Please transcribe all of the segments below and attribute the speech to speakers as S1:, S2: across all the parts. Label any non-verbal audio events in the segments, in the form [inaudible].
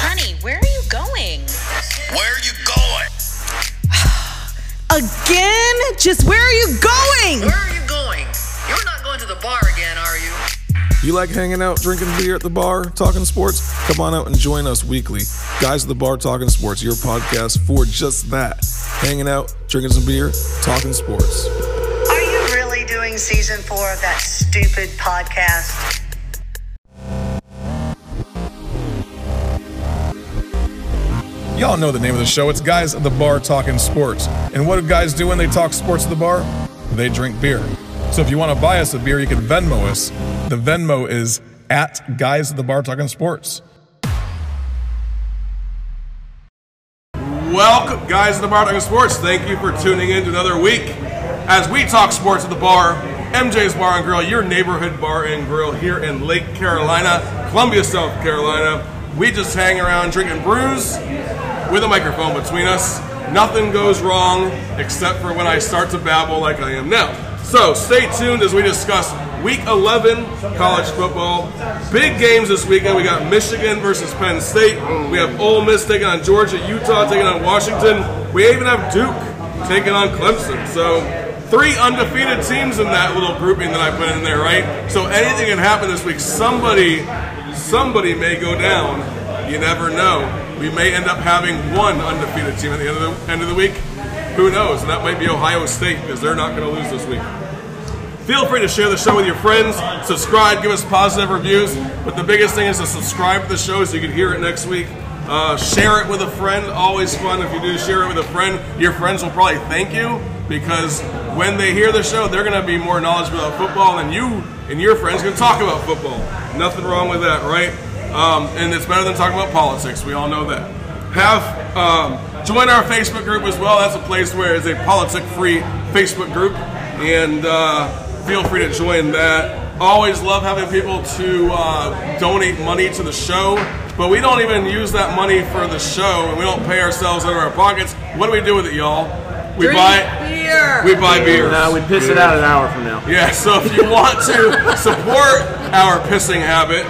S1: Johnny, where are you going?
S2: Where are you going?
S3: Again? Just where are you going?
S4: Where are you going? You're not going to the bar again, are you?
S5: You like hanging out, drinking beer at the bar, talking sports? Come on out and join us weekly. Guys at the Bar Talking Sports, your podcast for just that. Hanging out, drinking some beer, talking sports.
S6: Are you really doing season four of that stupid podcast?
S5: Y'all know the name of the show. It's Guys at the Bar Talking Sports. And what do guys do when they talk sports at the bar? They drink beer. So if you want to buy us a beer, you can Venmo us. The Venmo is at Guys at the Bar Talking Sports. Welcome, guys at the Bar Talking Sports. Thank you for tuning in to another week as we talk sports at the bar. MJ's Bar and Grill, your neighborhood bar and grill here in Lake Carolina, Columbia, South Carolina. We just hang around drinking brews with a microphone between us. Nothing goes wrong except for when I start to babble like I am now. So stay tuned as we discuss Week 11 college football. Big games this weekend. We got Michigan versus Penn State. We have Ole Miss taking on Georgia, Utah taking on Washington. We even have Duke taking on Clemson. So three undefeated teams in that little grouping that I put in there, right? So anything can happen this week. Somebody, somebody may go down. You never know. We may end up having one undefeated team at the end of the, end of the week. Who knows? And that might be Ohio State because they're not going to lose this week. Feel free to share the show with your friends. Subscribe, give us positive reviews. But the biggest thing is to subscribe to the show so you can hear it next week. Uh, share it with a friend. Always fun if you do share it with a friend. Your friends will probably thank you because when they hear the show, they're going to be more knowledgeable about football, and you and your friends can talk about football. Nothing wrong with that, right? Um, and it's better than talking about politics. We all know that. Have um, join our Facebook group as well. That's a place where it's a politic-free Facebook group, and uh, feel free to join that. Always love having people to uh, donate money to the show, but we don't even use that money for the show, and we don't pay ourselves out of our pockets. What do we do with it, y'all? We buy
S3: Beer.
S5: we buy beers.
S7: No, we piss it out an hour from now.
S5: Yeah, so if you want to support our pissing habit,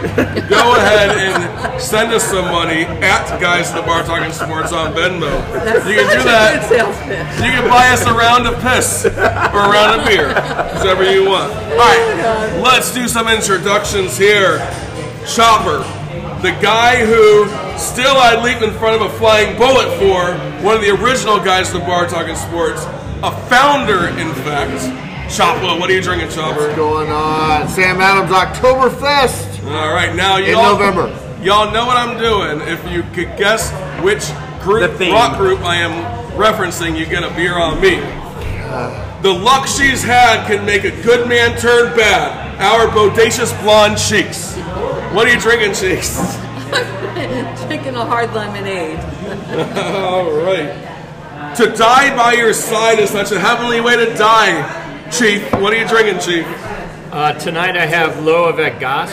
S5: go ahead and send us some money at Guys at the Bar Talking Sports on Venmo. you can do that. You can buy us a round of piss or a round of beer, whichever you want. All right, let's do some introductions here. Chopper, the guy who still I leap in front of a flying bullet for, one of the original guys to bar talking sports, a founder, in fact. Chopper, what are you drinking, Chopper?
S7: Going on Sam Adams Oktoberfest.
S5: All right, now
S7: In
S5: y'all.
S7: November.
S5: Y'all know what I'm doing. If you could guess which group,
S7: The theme.
S5: rock group I am referencing, you get a beer on me. The luck she's had can make a good man turn bad. Our bodacious blonde cheeks. What are you drinking, cheeks?
S8: Drinking a hard lemonade.
S5: [laughs] All right. To die by your side is such a heavenly way to die, chief. What are you drinking, chief?
S9: Uh, tonight I have Loavec Goss.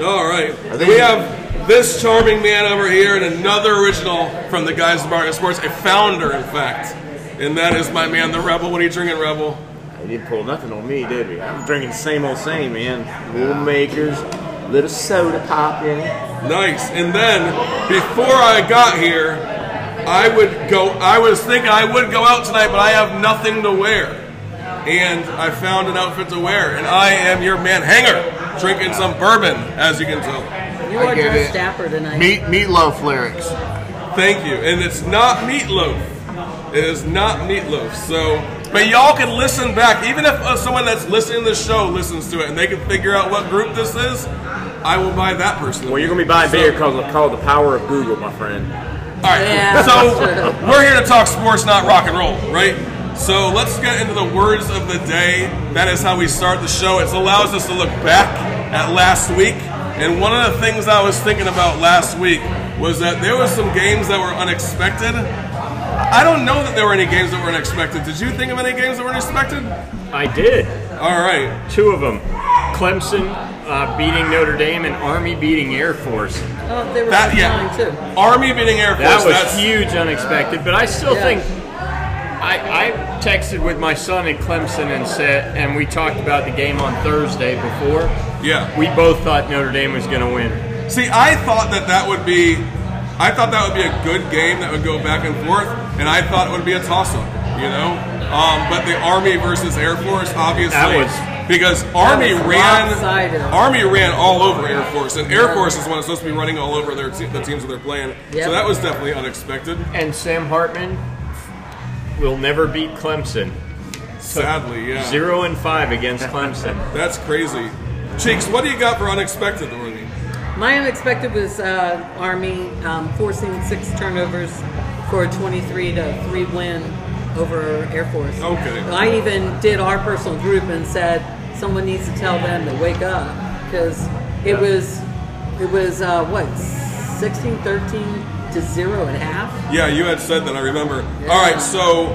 S5: All right.
S7: think-
S5: We have this charming man over here and another original from the guys at Bargain Sports, a founder, in fact. And that is my man, the Rebel. What are you drinking, Rebel?
S7: You didn't pull nothing on me, did we? I'm drinking same old same, man. Little makers, little soda pop in it.
S5: Nice. And then, before I got here, I would go, I was thinking I would go out tonight, but I have nothing to wear. And I found an outfit to wear, and I am your man hanger, drinking some bourbon, as you can tell.
S8: You are
S7: get
S8: dressed
S7: it.
S8: dapper tonight.
S7: Meat meatloaf lyrics.
S5: Thank you. And it's not meatloaf. It is not meatloaf. So, but y'all can listen back. Even if uh, someone that's listening to the show listens to it and they can figure out what group this is, I will buy that person.
S7: Well, you're gonna be buying beer called, called the power of Google, my friend.
S5: All right.
S8: Yeah, that's
S5: so we're here to talk sports, not rock and roll, right? So let's get into the words of the day. That is how we start the show. It allows us to look back at last week. And one of the things I was thinking about last week was that there was some games that were unexpected. I don't know that there were any games that were unexpected. Did you think of any games that were unexpected?
S9: I did.
S5: All right.
S9: Two of them. Clemson uh, beating Notre Dame and Army beating Air Force.
S8: Oh, they were
S5: That
S8: that,
S5: yeah.
S8: too.
S5: Army beating Air Force.
S9: That was
S5: that's-
S9: huge, unexpected. But I still
S8: Yeah.
S9: think I, I texted with my son at Clemson and said, and we talked about the game on Thursday before.
S5: Yeah.
S9: We both thought Notre Dame was going to win.
S5: See, I thought that that would be I thought that would be a good game that would go back and forth, and I thought it would be a toss-up. You know, um, but the Army versus Air Force, obviously,
S9: That was-
S5: because Army
S8: was
S5: ran
S8: lopsided.
S5: Army ran all over Air Force, and Air Force is one that's supposed to be running all over their te- the teams that they're playing.
S8: Yep.
S5: So that was definitely unexpected.
S9: And Sam Hartman will never beat Clemson.
S5: Sadly, yeah,
S9: Zero and five against Clemson.
S5: that's crazy. Cheeks, what do you got for unexpected? Orly?
S8: My unexpected was uh, Army um, forcing six turnovers for a 23 to 3 win over Air Force.
S5: Okay.
S8: I even did our personal group and said someone needs to tell them to wake up because it was it was uh, what 16 13 to 0 at half.
S5: Yeah, you had said that. I remember. All right, so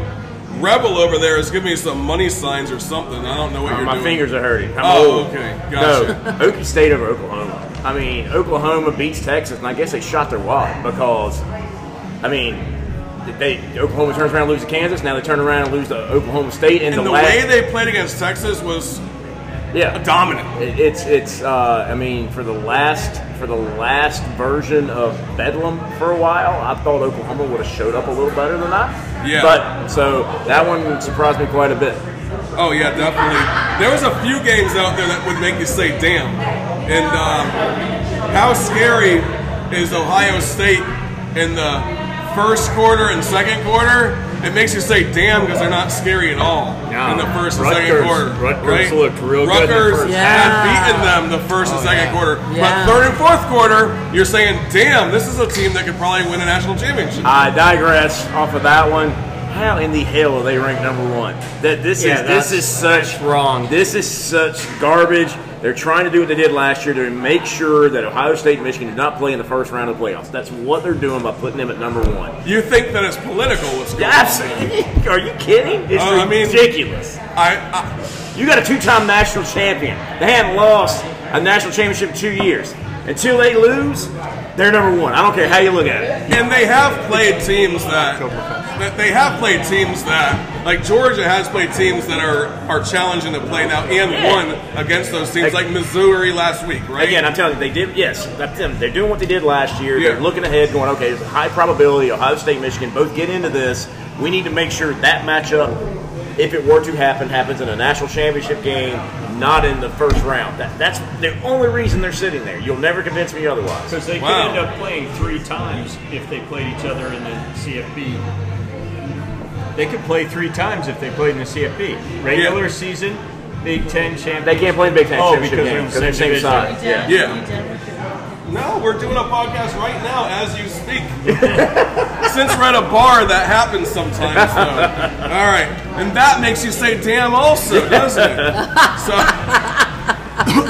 S5: Rebel over there is giving me some money signs or something. I don't know what
S7: Uh,
S5: you're
S7: my
S5: doing.
S7: fingers are hurting. I'm
S5: Oh,
S7: old.
S5: okay. Gotcha.
S7: No, Okie State over Oklahoma. I mean, Oklahoma beats Texas, and I guess they shot their wad because, I mean, they Oklahoma turns around and loses to Kansas. Now they turn around and lose to Oklahoma State. And,
S5: And the
S7: last,
S5: way they played against Texas was
S7: yeah,
S5: dominant.
S7: It- It's it's uh, I mean for the last for the last version of Bedlam for a while, I thought Oklahoma would have showed up a little better than that.
S5: [laughs] Yeah.
S7: But so that one surprised me quite a bit.
S5: Oh yeah, definitely. There was a few games out there that would make you say, "Damn!" And um, how scary is Ohio State in the first quarter and second quarter? It makes you say, "Damn," because they're not scary at all
S9: No.
S5: in the first and
S9: Rutgers-
S5: second quarter.
S9: Rutgers
S5: right?
S9: looked real good in the
S5: Rutgers
S9: first. Oh,
S8: Yeah.
S5: had beaten them the first and second quarter,
S8: Yeah.
S5: but third and fourth quarter, you're saying, "Damn, this is a team that could probably win a national championship."
S7: I digress off of that one. How in the hell are they ranked number one? That this
S9: Yeah,
S7: is
S9: that's-
S7: this is such
S9: that's wrong.
S7: This is such garbage. They're trying to do what they did last year to make sure that Ohio State and Michigan do not play in the first round of the playoffs. That's what they're doing by putting them at number one.
S5: You think that it's political? What's going on?
S7: Absolutely. [laughs] Are you kidding? It's
S5: Oh, I mean-
S7: ridiculous.
S5: I, I
S7: you got a two-time national champion. They haven't lost a national championship in two years. Until they lose, they're number one. I don't care how you look at it.
S5: And they have played teams that, that they have played teams that like Georgia has played teams that are are challenging to play now and won against those teams like Missouri last week, right?
S7: Again, I'm telling you, they did. Yes, that's them. They're doing what they did last year.
S5: Yeah.
S7: They're looking ahead, going, okay, there's a high probability Ohio State, Michigan both get into this. We need to make sure that matchup, if it were to happen, happens in a national championship game, not in the first round. That, that's the only reason they're sitting there. You'll never convince me otherwise.
S1: Because they
S5: Wow.
S1: could end up playing three times if they played each other in the CFB.
S9: They could play three times if they played in the CFP. Regular
S5: Yeah.
S9: season, Big Ten champion.
S7: They can't play in Big Ten
S9: Oh,
S7: championship
S9: because they're in
S7: game
S9: the
S7: because they're the
S9: same
S7: same
S9: division.
S7: size. Yeah.
S5: yeah. No, we're doing a podcast right now as you speak.
S10: [laughs]
S5: Since we're at a bar, that happens sometimes.
S10: [laughs]
S5: Though. All right, and that makes you say "damn" also, doesn't
S10: [laughs]
S5: it? So.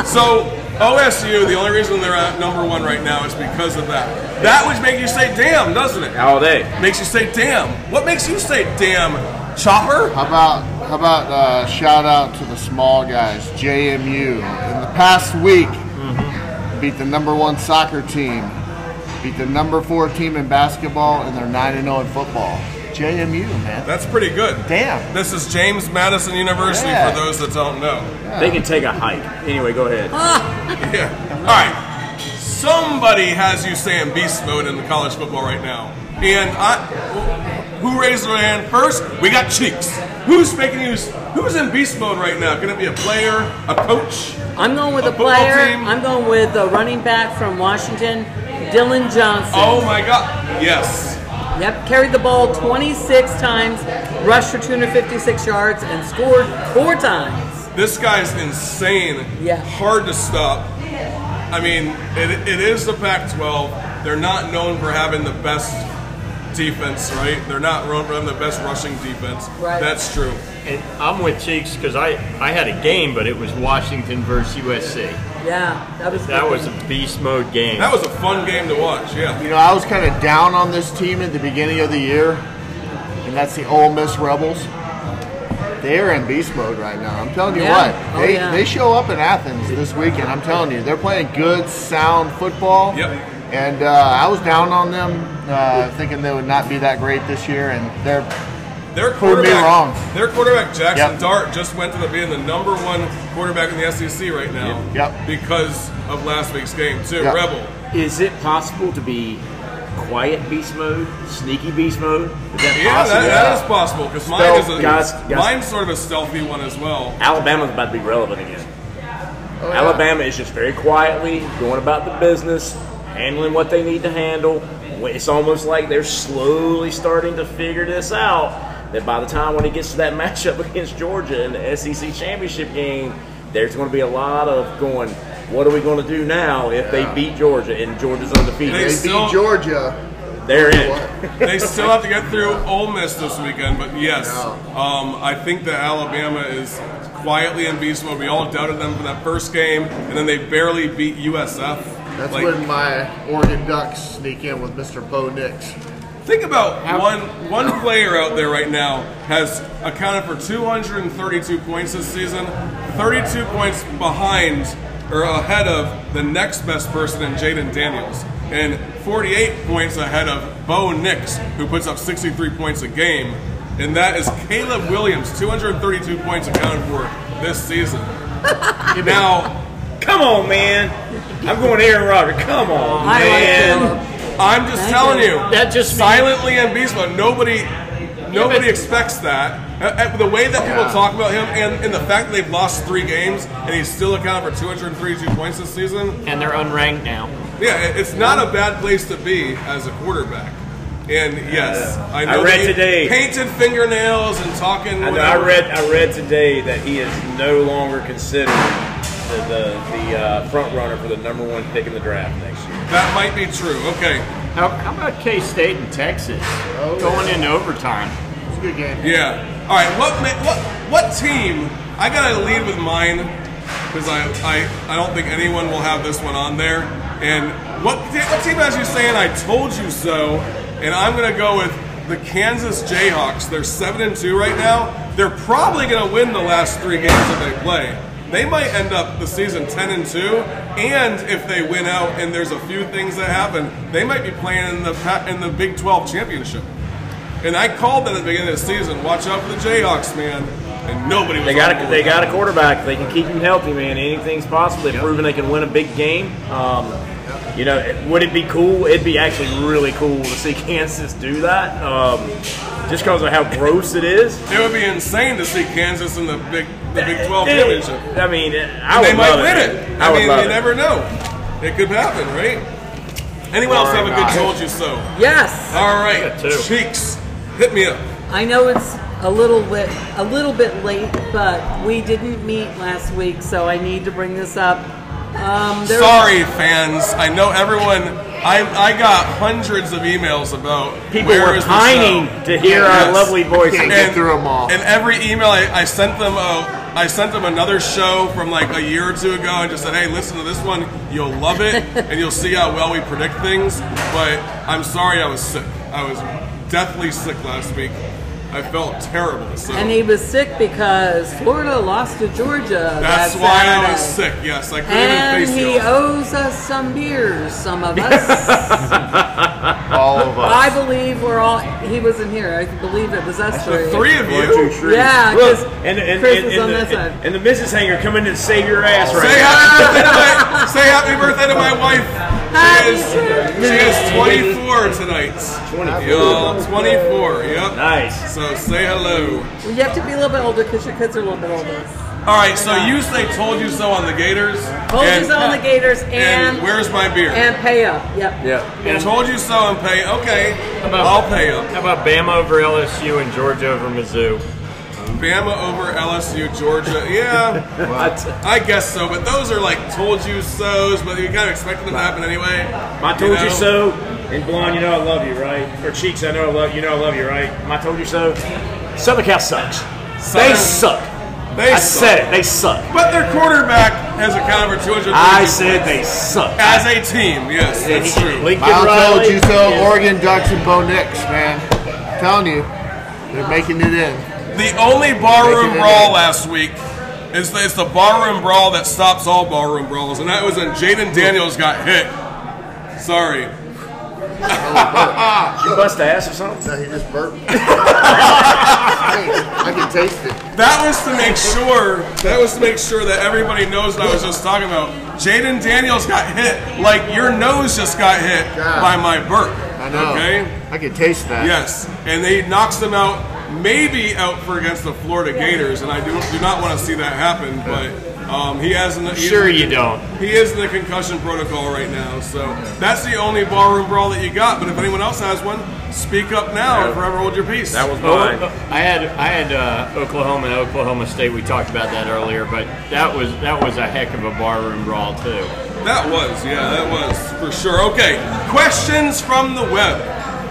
S5: So OSU, the only reason they're at number one right now is because of that. That would make you say damn, doesn't it?
S7: All day.
S5: Makes you say damn. What makes you say damn? Chopper?
S10: How about how about uh, shout out to the small guys, JMU. In the past week,
S9: Mm-hmm.
S10: beat the number one soccer team, beat the number four team in basketball, and they're nine and zero in football. JMU, man.
S5: That's pretty good.
S10: Damn.
S5: This is James Madison University
S10: Yeah.
S5: for those that don't know.
S7: They can take a hike. Anyway, go ahead.
S5: Yeah. All right. Somebody has you saying beast mode in the college football right now. And I, who raised their hand first? We got cheeks. Who's making you? Who's in beast mode right now? Can it be a player, a coach?
S8: I'm going with
S5: A
S8: a,
S5: football
S8: player.
S5: team.
S8: I'm going with the running back from Washington, Dylan Johnson.
S5: Oh my God! Yes.
S9: Oh.
S8: Yep, carried the ball 26 times, rushed for 256 yards, and scored four times.
S5: This guy's insane.
S8: Yeah.
S5: Hard to stop. I mean, it, it is the Pac 12. They're not known for having the best defense, right? They're not known for having the best rushing defense.
S8: Right.
S5: That's true.
S9: And I'm with Cheeks because I, I had a game, but it was Washington versus USC.
S8: Yeah, that was
S9: That was a beast mode game.
S5: That was a fun game to watch, yeah.
S10: You know, I was kind of down on this team at the beginning of the year, and that's the Ole Miss Rebels. They're in beast mode right now. I'm telling you
S8: Yeah.
S10: what,
S8: Oh,
S10: they
S8: yeah.
S10: they uh, show up in Athens this weekend. I'm telling you, they're playing good, sound football.
S5: Yep.
S10: And uh, I was down on them, uh, thinking they would not be that great this year, and they're
S5: Their
S10: Proved me
S5: quarterback,
S10: wrong.
S5: Their quarterback, Jackson
S10: Yep.
S5: Dart, just went to the, being the number one quarterback in the SEC right now
S10: Yep.
S5: because of last week's game, too.
S10: Yep.
S5: Rebel.
S7: Is it possible to be quiet beast mode, sneaky beast mode? Is that
S5: Yeah,
S7: possible?
S5: that, that is possible because mine
S7: Stealth,
S5: is a,
S7: guys, guys.
S5: mine's sort of a stealthy one as well.
S7: Alabama's about to be relevant again. Alabama is just very quietly going about the business, handling what they need to handle. It's almost like they're slowly starting to figure this out. That by the time when it gets to that [laughs] matchup against Georgia in the SEC championship game, there's going to be a lot of going. What are we going to do now if they beat Georgia and Georgia's
S5: They
S10: They
S7: undefeated?
S5: still-
S10: beat Georgia.
S7: They're in.
S10: What?
S5: They still have to get through Ole Miss this weekend, but yes, um, I think that Alabama is quietly in beast mode. We all doubted them for that first game, and then they barely beat USF.
S10: That's
S5: Like,
S10: when my Oregon Ducks sneak in with Mr. Bo Nix.
S5: Think about one one player out there right now has accounted for 232 points this season, 32 points behind or ahead of the next best person in Jaden Daniels, and 48 points ahead of Bo Nix, who puts up 63 points a game, and that is Caleb Williams, 232 points accounted for this season. now.
S7: Come on, man. I'm going Aaron Rodgers. Come on,
S8: I like
S7: man.
S8: Caleb.
S5: I'm just telling you.
S9: That just
S5: silently in beast mode. Nobody, nobody expects that. Uh, uh, The way that people talk about him, and, and the fact that they've lost three games, and he's still accounted for 232 points this season.
S9: and they're unranked now.
S5: Yeah, it- it's not a bad place to be as a quarterback. And yes, I know
S7: I read
S5: that you-
S7: today-
S5: painted fingernails and talking.
S7: I, know, I
S5: whatever.
S7: read I read today that he is no longer considered the the, the uh, front runner for the number one pick in the draft next year.
S5: that might be true. Okay,
S9: How, how about K State and Texas going into overtime?
S10: It's a good game.
S5: Yeah. All right. What ma- what what team? I gotta lead with mine because I, I I don't think anyone will have this one on there. And what te- what team has you saying I told you so? And I'm gonna go with the Kansas Jayhawks. They're seven and two right now. They're probably gonna win the last three games that they play. They might end up the season ten and two. And if they win out, and there's a few things that happen, they might be playing in the pa- in the Big Twelve championship. And I called that at the beginning of the season. Watch out for the Jayhawks, man. And nobody was.
S7: They got
S5: on
S7: a,
S5: board.
S7: they got a quarterback. They can keep him healthy, man. Anything's possible. They've proven they can win a big game. Um, you know, it- would it be cool? It'd be actually really cool to see [laughs] Kansas do that. Um, just because of how gross it is.
S5: It would be insane to see Kansas in the Big the Big Twelve
S7: Dude,
S5: championship.
S7: I mean, I would
S5: They might
S7: love
S5: win
S7: it.
S5: it.
S7: man. I,
S5: I,
S7: would
S5: mean,
S7: love
S5: you
S7: it.
S5: never know. It could happen, right? Anyone else
S10: Or
S5: have a good
S10: not.
S5: told you so?
S8: Yes,
S5: All
S9: Good,
S5: right,
S9: too.
S5: cheeks, hit me up.
S8: I know it's a little bit a little bit late, but we didn't meet last week, so I need to bring this up. Um, there-
S5: Sorry, fans. I know everyone. I I got hundreds of emails about
S7: People
S5: where
S7: were
S5: is the
S7: pining
S5: show?
S7: to hear our
S5: Yes.
S7: lovely voices.
S10: Can't get through them all.
S5: And every email I, I sent them, a, I sent them another show from like a year or two ago, and just said, "Hey, listen to this one. You'll love
S8: [laughs]
S5: it, and you'll see how well we predict things." But I'm sorry, I was sick. I was deathly sick last week. I felt terrible. So
S8: and he was sick because Florida lost to Georgia.
S5: that's
S8: that
S5: why I
S8: Saturday.
S5: was sick. Yes, I couldn't
S8: And
S5: even face
S8: he
S5: you.
S8: owes us some beers, some of
S5: [laughs]
S8: us.
S10: All of us.
S8: I believe we're all. He wasn't here. I believe it was us
S5: The three of
S7: One, two,
S5: you.
S7: three.
S8: Yeah,
S7: Look,
S8: 'cause
S7: and, and,
S8: Chris
S7: and,
S8: is
S7: and
S8: on
S7: the,
S8: that side.
S7: and the Mrs. Hanger coming in to save your ass right
S5: Say
S7: now. [laughs]
S5: happy birthday to my say happy birthday to my wife. She
S8: Happy
S5: is, she is 24 tonight.
S7: 24.
S5: Y'all, 24. Yep.
S7: Nice.
S5: So say hello.
S8: You have to be a little bit older because your kids are a little bit older.
S5: All right, so you say "told you so" on the Gators.
S8: Told you
S5: and-
S8: so on the Gators
S5: uh, And,
S8: and
S5: where's my beer?
S8: and pay up. Yep.
S7: Yeah.
S5: And told you so and pay. Okay,
S9: about-
S5: I'll pay up.
S9: How about Bama over LSU and Georgia over Mizzou?
S5: Bama over LSU, Georgia. Yeah, I guess so. But those are like told you so's, but you kind of expected them to happen anyway.
S7: My told you,
S5: know?
S7: so. And blonde, you know I love you, right? Or cheeks, I know I love you. Know I love you, right? My told you so. Southern Cal sucks.
S5: Southern-
S7: they suck.
S5: They
S7: I
S5: suck.
S7: said it. They suck.
S5: But their quarterback has a counter for 200.
S7: I said they suck.
S5: as a team. Yes, that's true.
S7: Lincoln
S10: I
S7: Riley
S10: told you so.
S7: is-
S10: Oregon Ducks and Bo Nix, man. I'm telling you, they're making it in.
S5: The only barroom
S10: Making it
S5: brawl
S10: in.
S5: last week is the, it's the barroom brawl that stops all barroom brawls, and that was when Jaden Daniels got hit. Sorry.
S7: Did you bust ass or something?
S10: No, he just burped. I can taste it.
S5: That was to make sure. That was to make sure that everybody knows what I was just talking about. Jaden Daniels got hit like your nose just got hit
S10: God.
S5: by my burp.
S10: I know.
S5: Okay.
S10: I could taste that.
S5: Yes, and they knocks them out, maybe out for against the Florida Gators, and I do do not want to see that happen. But um, he has an he's-
S9: Sure you don't.
S5: He is in the concussion protocol right now, so that's the only barroom brawl that you got. But if anyone else has one, speak up now and forever hold your peace.
S7: That was
S9: Oh,
S7: mine.
S9: I had I had uh, Oklahoma and Oklahoma State. We talked about that earlier, but that was that was a heck of a barroom brawl too.
S5: That was, yeah, that was for sure. Okay, questions from the web.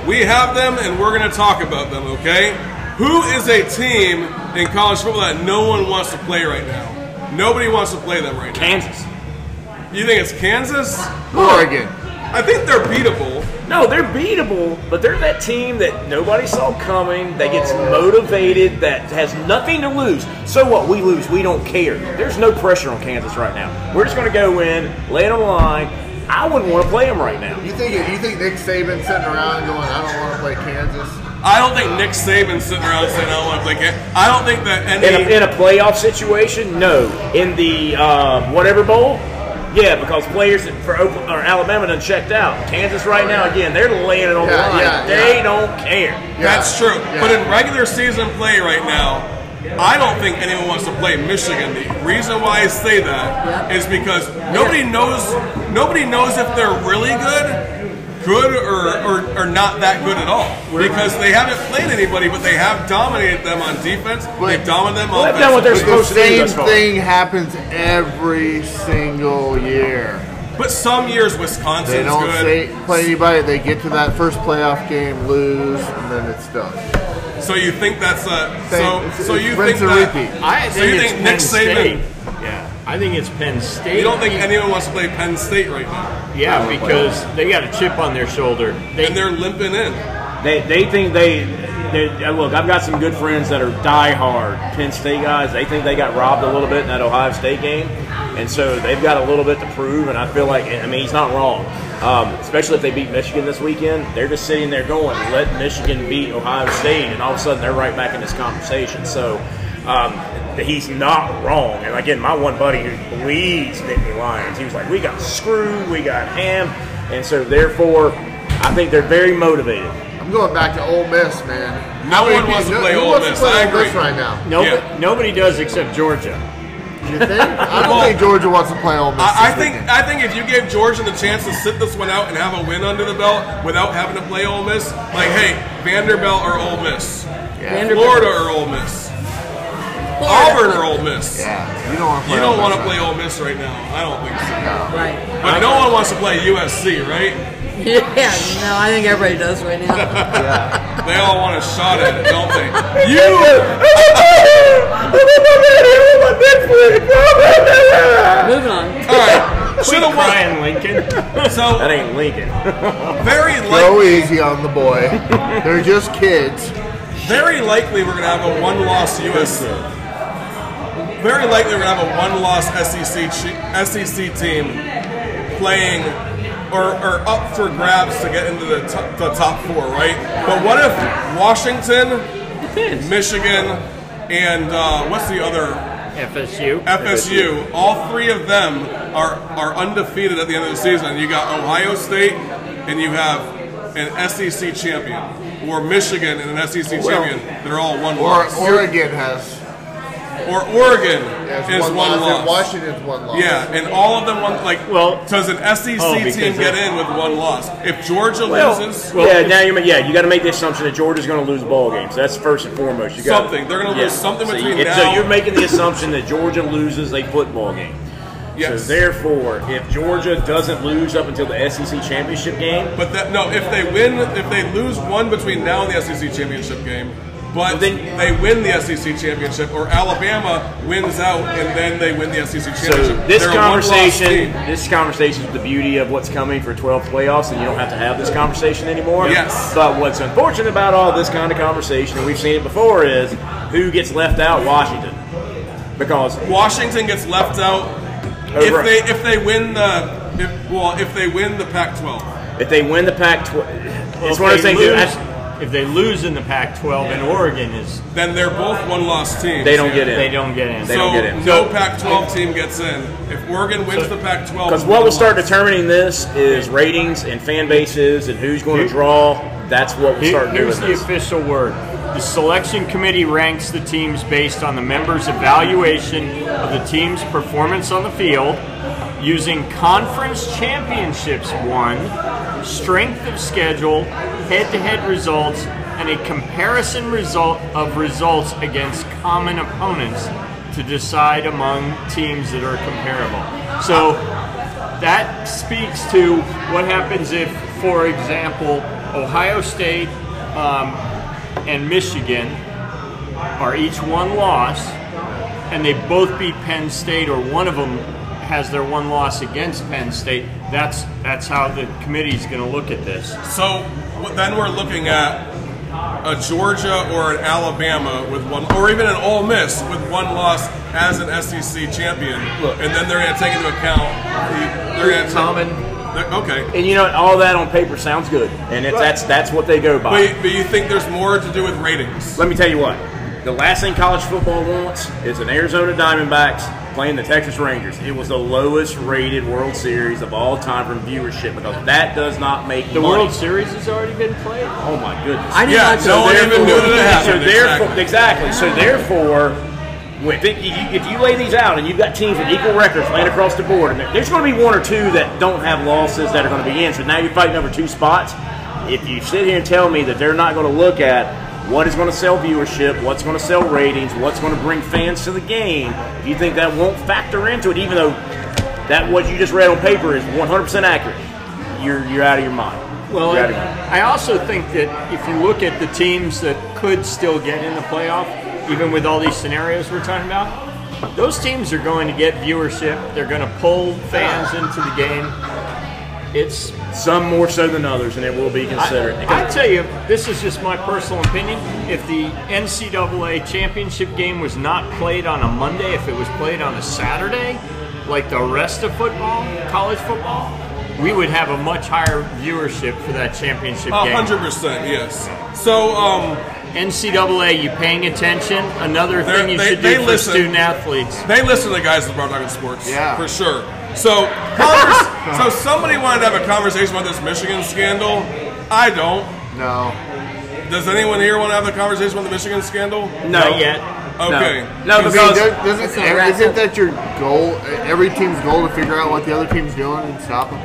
S5: We have them and we're going to talk about them, okay? Who is a team in college football that no one wants to play right now? Nobody wants to play them right now.
S9: Kansas.
S5: You think it's Kansas?
S10: Oregon.
S5: I think they're beatable.
S7: No, they're beatable, but they're that team that nobody saw coming, that gets motivated, that has nothing to lose. So what? We lose. We don't care. There's no pressure on Kansas right now. We're just going to go in, lay it on the line. I wouldn't want to play them right now.
S10: You think you think Nick Saban sitting around and going, I don't want to play Kansas?
S5: I don't think Nick Saban's sitting around saying, I don't want to play Kansas. I don't think that any.
S7: In a, in a playoff situation, no. In the uh, whatever bowl, yeah, because players for Oak- or Alabama done checked out. Kansas right now, again, they're laying it on
S10: Oh, Yeah,
S7: the line.
S10: yeah,
S7: they
S10: yeah.
S7: don't care.
S5: That's true.
S10: Yeah.
S5: But in regular season play right now, I don't think anyone wants to play Michigan. The reason why I say that
S8: Yeah.
S5: is because nobody knows nobody knows if they're really good, good or, or, or not that good at all. Because they haven't played anybody, but they have dominated them on defense. They've dominated them on
S7: Well, they've done what they're
S5: offense.
S10: The
S7: supposed to do
S10: same
S7: thus far.
S10: thing happens every single year.
S5: But some years Wisconsin's
S10: They don't
S5: good.
S10: say, play anybody. They get to that first playoff game, lose, and then it's done.
S5: So you think that's a
S10: Same-
S5: so
S10: it's-
S5: so
S10: it's
S5: you
S10: rinse and
S5: think that
S10: repeat.
S9: I
S5: So you
S9: it's
S5: think Nick
S9: Penn
S5: Saban-
S9: State. Yeah, I think it's Penn State.
S5: you don't think anyone wants to play Penn State right now,
S9: Yeah, because they got a chip on their shoulder. They,
S5: and they're limping in.
S7: They, they think they, they uh, look. I've got some good friends that are diehard Penn State guys. They think they got robbed a little bit in that Ohio State game, and so they've got a little bit to prove. And I feel like I mean he's not wrong. Um, especially if they beat Michigan this weekend, they're just sitting there going, "Let Michigan beat Ohio State," and all of a sudden they're right back in this conversation. So um, he's not wrong. And again, my one buddy who believes Nittany Lions, he was like, "We got screwed, we got ham," and so therefore, I think they're very motivated.
S10: I'm going back to Ole Miss, man.
S5: No one wants to
S10: who-
S5: play
S10: who
S5: Ole
S10: wants to
S5: Miss.
S10: play
S5: I
S10: Ole Miss
S5: agree.
S10: right now.
S9: nobody,
S5: Yeah.
S9: nobody does except Georgia.
S10: You think? I don't
S5: Well,
S10: think Georgia wants to play Ole Miss.
S5: I, I
S10: this
S5: think
S10: weekend.
S5: I think if you gave Georgian the chance to sit this one out and have a win under the belt without having to play Ole Miss, like hey, Vanderbilt or Ole Miss,
S8: Vanderbilt.
S5: Florida or Ole Miss, Auburn or Ole Miss.
S10: Yeah, you don't want to play.
S5: You
S10: Ole
S5: don't
S10: Miss
S5: want to
S10: right
S5: play Ole Miss right now. I don't think so.
S8: Right. [laughs]
S5: But no one wants to play USC, right?
S8: Yeah, no, I think everybody does right now.
S5: They all want a shot at it, don't they? You
S8: Moving on.
S5: all right? Should have won.
S9: Brian Lincoln.
S5: So
S7: That ain't Lincoln.
S5: very [laughs]
S10: Go
S5: likely,
S10: easy on the boy. They're just kids.
S5: very likely we're gonna have a one-loss USC. Very likely we're gonna have a one-loss SEC chi- SEC team playing or, or up for grabs to get into the, to- the top four, right? But what if Washington, Michigan, and uh, what's the other
S9: FSU.
S5: FSU? All three of them are are undefeated at the end of the season. You got Ohio State, and you have an SEC champion, or Michigan and an SEC champion that are all one
S10: Or
S5: loss.
S10: Oregon has,
S5: or Oregon
S10: has
S5: is one,
S10: and
S5: loss.
S10: Washington's one loss.
S5: Yeah, and all of them won. Like,
S9: Well-
S5: does an SEC
S9: Oh, because
S5: team get
S9: they-
S5: in with one loss? If Georgia loses
S7: yeah, now you yeah you got to make the assumption that Georgia's going to lose ball games. That's first and foremost. You got
S5: Something. They're gonna lose something
S7: so
S5: between
S7: you,
S5: now-
S7: So you're making the assumption that Georgia loses a football game.
S5: yes,
S7: So therefore, if Georgia doesn't lose up until the SEC championship game,
S5: but that no. If they win, if they lose one between now and the SEC championship game, but
S7: Well, then-
S5: they win the SEC championship, or Alabama wins out and then they win the SEC
S7: so
S5: championship.
S7: this
S5: They're a one-loss
S7: conversation,
S5: team.
S7: this conversation is the beauty of what's coming for 12 playoffs, and you don't have to have this conversation anymore.
S5: Yes.
S7: But what's unfortunate about all this kind of conversation, and we've seen it before, is who gets left out? Washington, because
S5: Washington gets left out
S7: Over-
S5: if they if they win the if, well if they win the Pac-12.
S7: If they win the Pac-12, it's
S9: If
S7: one of
S9: they
S7: those things.
S9: lose-
S7: that-
S9: If they lose in the Pac-12, and Oregon is
S5: Then they're both one-loss teams.
S7: They don't get in.
S9: they don't get in.
S7: They
S5: so
S7: don't get in.
S5: no Pac-12 team gets in. If Oregon wins the Pac-12,
S7: Because what will start determining this is ratings and fan bases and who's going to draw. That's what will
S9: Here-
S7: start doing
S9: here's the
S7: this.
S9: official word. The selection committee ranks the teams based on the members' evaluation of the team's performance on the field, using conference championships won, strength of schedule, head-to-head results, and a comparison result of results against common opponents to decide among teams that are comparable. So that speaks to what happens if, for example, Ohio State um, and Michigan are each one loss, and they both beat Penn State, or one of them has their one loss against Penn State. That's that's how the committee's going to look at this.
S5: So wh- then we're looking at a Georgia or an Alabama with one, or even an Ole Miss with one loss as an SEC champion, and then they're going to take into account the they're going to
S11: Common.
S5: Okay,
S7: And you know all that on paper sounds good, and it's, that's that's what they go by.
S5: but you, but you think there's more to do with ratings?
S7: Let me tell you what. The last thing college football wants is an Arizona Diamondbacks playing the Texas Rangers. It was the lowest rated World Series of all time from viewership because that does not make
S9: The
S7: money.
S9: World Series has already been played.
S7: Oh my goodness.
S8: I did
S5: Yeah,
S8: not
S5: no
S8: know
S5: one
S8: that.
S5: even knew that it
S7: so
S5: happened.
S7: therefore,
S5: Exactly.
S7: exactly. So therefore, if, it, if, you, if you lay these out and you've got teams with equal records laying across the board, and there- there's going to be one or two that don't have losses that are going to be in. So now you're fighting over two spots. If you sit here and tell me that they're not going to look at what is going to sell viewership, what's going to sell ratings, what's going to bring fans to the game, if you think that won't factor into it, even though that what you just read on paper is 100% accurate, you're you're out of your mind.
S9: Well,
S7: You're out of your mind.
S9: I also think that if you look at the teams that could still get in the playoff, even with all these scenarios we're talking about, those teams are going to get viewership. They're going to pull fans into the game. It's
S7: Some more so than others, and it will be considered.
S9: I, I tell you, this is just my personal opinion. If the NCAA championship game was not played on a Monday, if it was played on a Saturday, like the rest of football, college football, we would have a much higher viewership for that championship
S5: A
S9: game.
S5: hundred percent, yes. So um,
S9: NCAA, you paying attention? Another
S5: They're-
S9: thing you
S5: they-
S9: should
S5: they
S9: do for
S5: listen.
S9: student athletes.
S5: they listen to the guys at the Bar Talking Sports,
S10: Yeah.
S5: for sure. So converse, [laughs] so somebody wanted to have a conversation about this Michigan scandal. I don't.
S10: No.
S5: Does anyone here want to have a conversation about the Michigan scandal?
S9: Not yet.
S5: Okay.
S7: No,
S10: I mean,
S7: because
S10: there- doesn't- e-
S8: It's not
S10: isn't that your goal? e- Every team's goal to figure out what the other team's doing and stop them.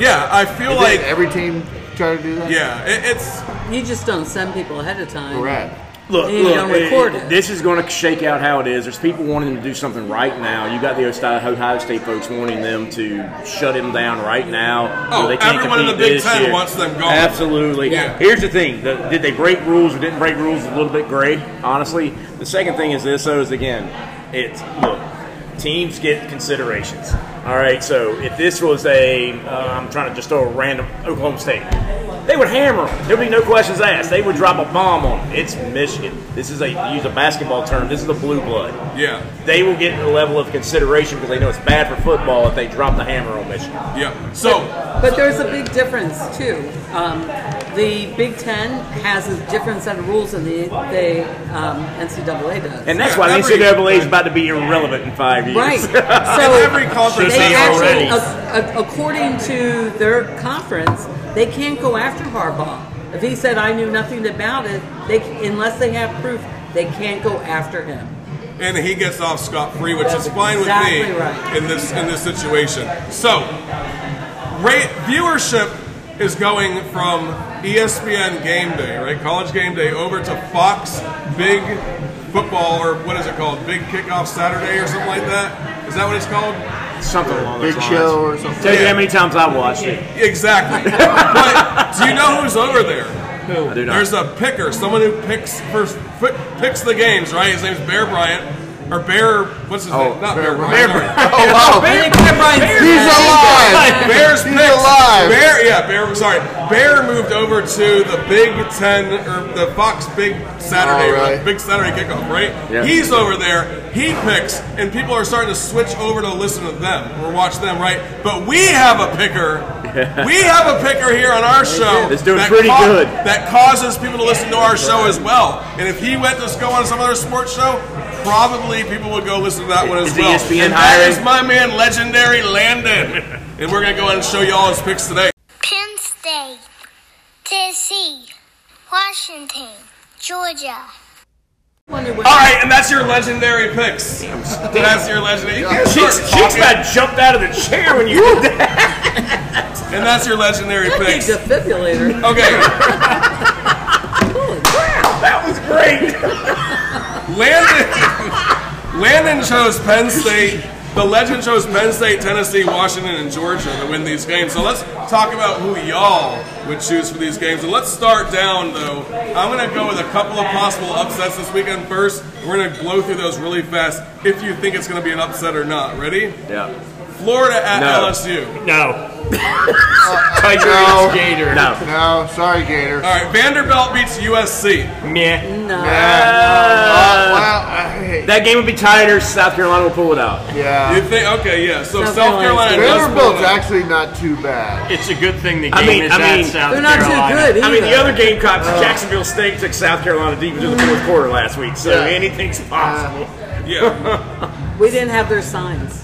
S5: Yeah, I feel
S10: Isn't
S5: like
S10: every team try to do that.
S5: yeah, it, it's
S8: You just don't send people ahead of time.
S10: Correct.
S7: look,
S8: You
S7: look,
S8: don't record it.
S7: this is going to shake out how it is. There's people wanting to do something right now. You got the Ohio Ohio State folks wanting them to shut him down right now.
S5: Oh,
S7: so they can't
S5: everyone in
S7: compete
S5: the Big
S7: this
S5: Ten
S7: year.
S5: wants them gone.
S7: Absolutely.
S5: Yeah.
S7: Here's the thing: the, did they break rules or didn't break rules? Is a little bit gray, honestly. The second thing is this: though, is again, it's look, teams get considerations. All right, so if this was a, uh, I'm trying to just throw a random Oklahoma State, they would hammer them. There'd be no questions asked. They would drop a bomb on them. It's Michigan. This is a use a basketball term. This is the blue blood
S5: yeah,
S7: they will get a level of consideration because they know it's bad for football if they drop the hammer on Michigan.
S5: yeah. So
S8: But there's a big difference too. Um, the Big Ten has a different set of rules than the, the um, NCAA does.
S7: And that's why the
S5: Every-
S7: NCAA is about to be irrelevant in five years.
S8: right.
S7: [laughs]
S8: So
S5: And every conference
S8: they
S5: has
S8: actually,
S9: already.
S8: ac- ac- according to their conference, they can't go after Harbaugh. If he said I knew nothing about it, they c- unless they have proof, they can't go after him.
S5: and he gets off scot free, which is
S8: That's
S5: fine with me
S8: exactly right.
S5: in this in this situation. So, rate viewership is going from E ESPN Game Day, right, College Game Day, over to Fox Big Football or what is it called, Big Kickoff Saturday or something like that. Is that what it's called?
S7: Something along those
S10: Big
S7: lines.
S10: show or something.
S7: Tell you how many times I watched it.
S8: [laughs]
S5: Exactly. but do you know who's over there?
S7: I do not.
S5: There's a picker, someone who picks first, fi- picks the games, right? His name's Bear Bryant or Bear. What's his name? Not Oh, Bear, Bryant. [laughs] sorry.
S10: Oh wow! He's alive.
S5: [laughs] Bears
S10: He's
S5: picks.
S10: alive.
S5: Bear, yeah, Bear. Sorry, Bear moved over to the Big Ten or the Fox Big Saturday,
S10: All right.
S5: Big Saturday kickoff, right?
S7: Yeah.
S5: He's over there. He picks, and people are starting to switch over to listen to them or watch them, right? But we have a picker We have a picker here on our show
S7: It's doing
S5: that
S7: pretty good.
S5: That causes people to listen to our show as well. And if he went to go on some other sports show, probably people would go listen to that one as
S7: Is E
S5: well.
S7: ESPN
S5: and that
S7: hiring?
S5: is my man, legendary Landon. and we're gonna go ahead and show you all his picks today.
S11: Penn State, Tennessee, Washington, Georgia.
S8: Wonder what
S5: All right, and that's your legendary picks. That's your legendary. You can't start
S7: Cheeks, Cheeks
S5: talking-
S7: about jumped out of the chair when you did that.
S5: and that's your legendary
S8: Big
S5: picks.
S8: defibrillator.
S5: Okay.
S7: That was great.
S5: Landon, Landon chose Penn State. The legend chose Penn State, Tennessee, Washington, and Georgia to win these games. So let's talk about who y'all would choose for these games. And let's start down, though. I'm going to go with a couple of possible upsets this weekend first. We're going to blow through those really fast if you think it's going to be an upset or not. Ready?
S7: Yeah.
S5: Florida at
S7: No.
S5: LSU.
S7: [laughs]
S9: No. Tiger
S10: No.
S9: eats Gator.
S7: No.
S10: No, Oh, sorry, Gator.
S5: All right, Vanderbilt beats USC.
S9: Meh.
S8: No.
S10: Uh,
S7: Uh,
S10: well, I hate-
S7: that game would be tighter. South Carolina will pull it out.
S5: You
S10: yeah.
S5: think? Okay, yeah. So
S8: South
S5: South Carolina.
S8: Carolina.
S5: does
S10: Vanderbilt's
S5: pull it out.
S10: actually not too bad.
S9: It's a good thing the game
S7: I mean-
S9: is
S7: I mean-
S9: at South
S8: They're not
S9: Carolina.
S8: too good either.
S7: I mean, the other game cops,
S10: Oh.
S7: Jacksonville State took South Carolina deep into the fourth quarter last week, so
S10: Yeah.
S7: anything's possible.
S5: Yeah.
S8: we didn't have their signs.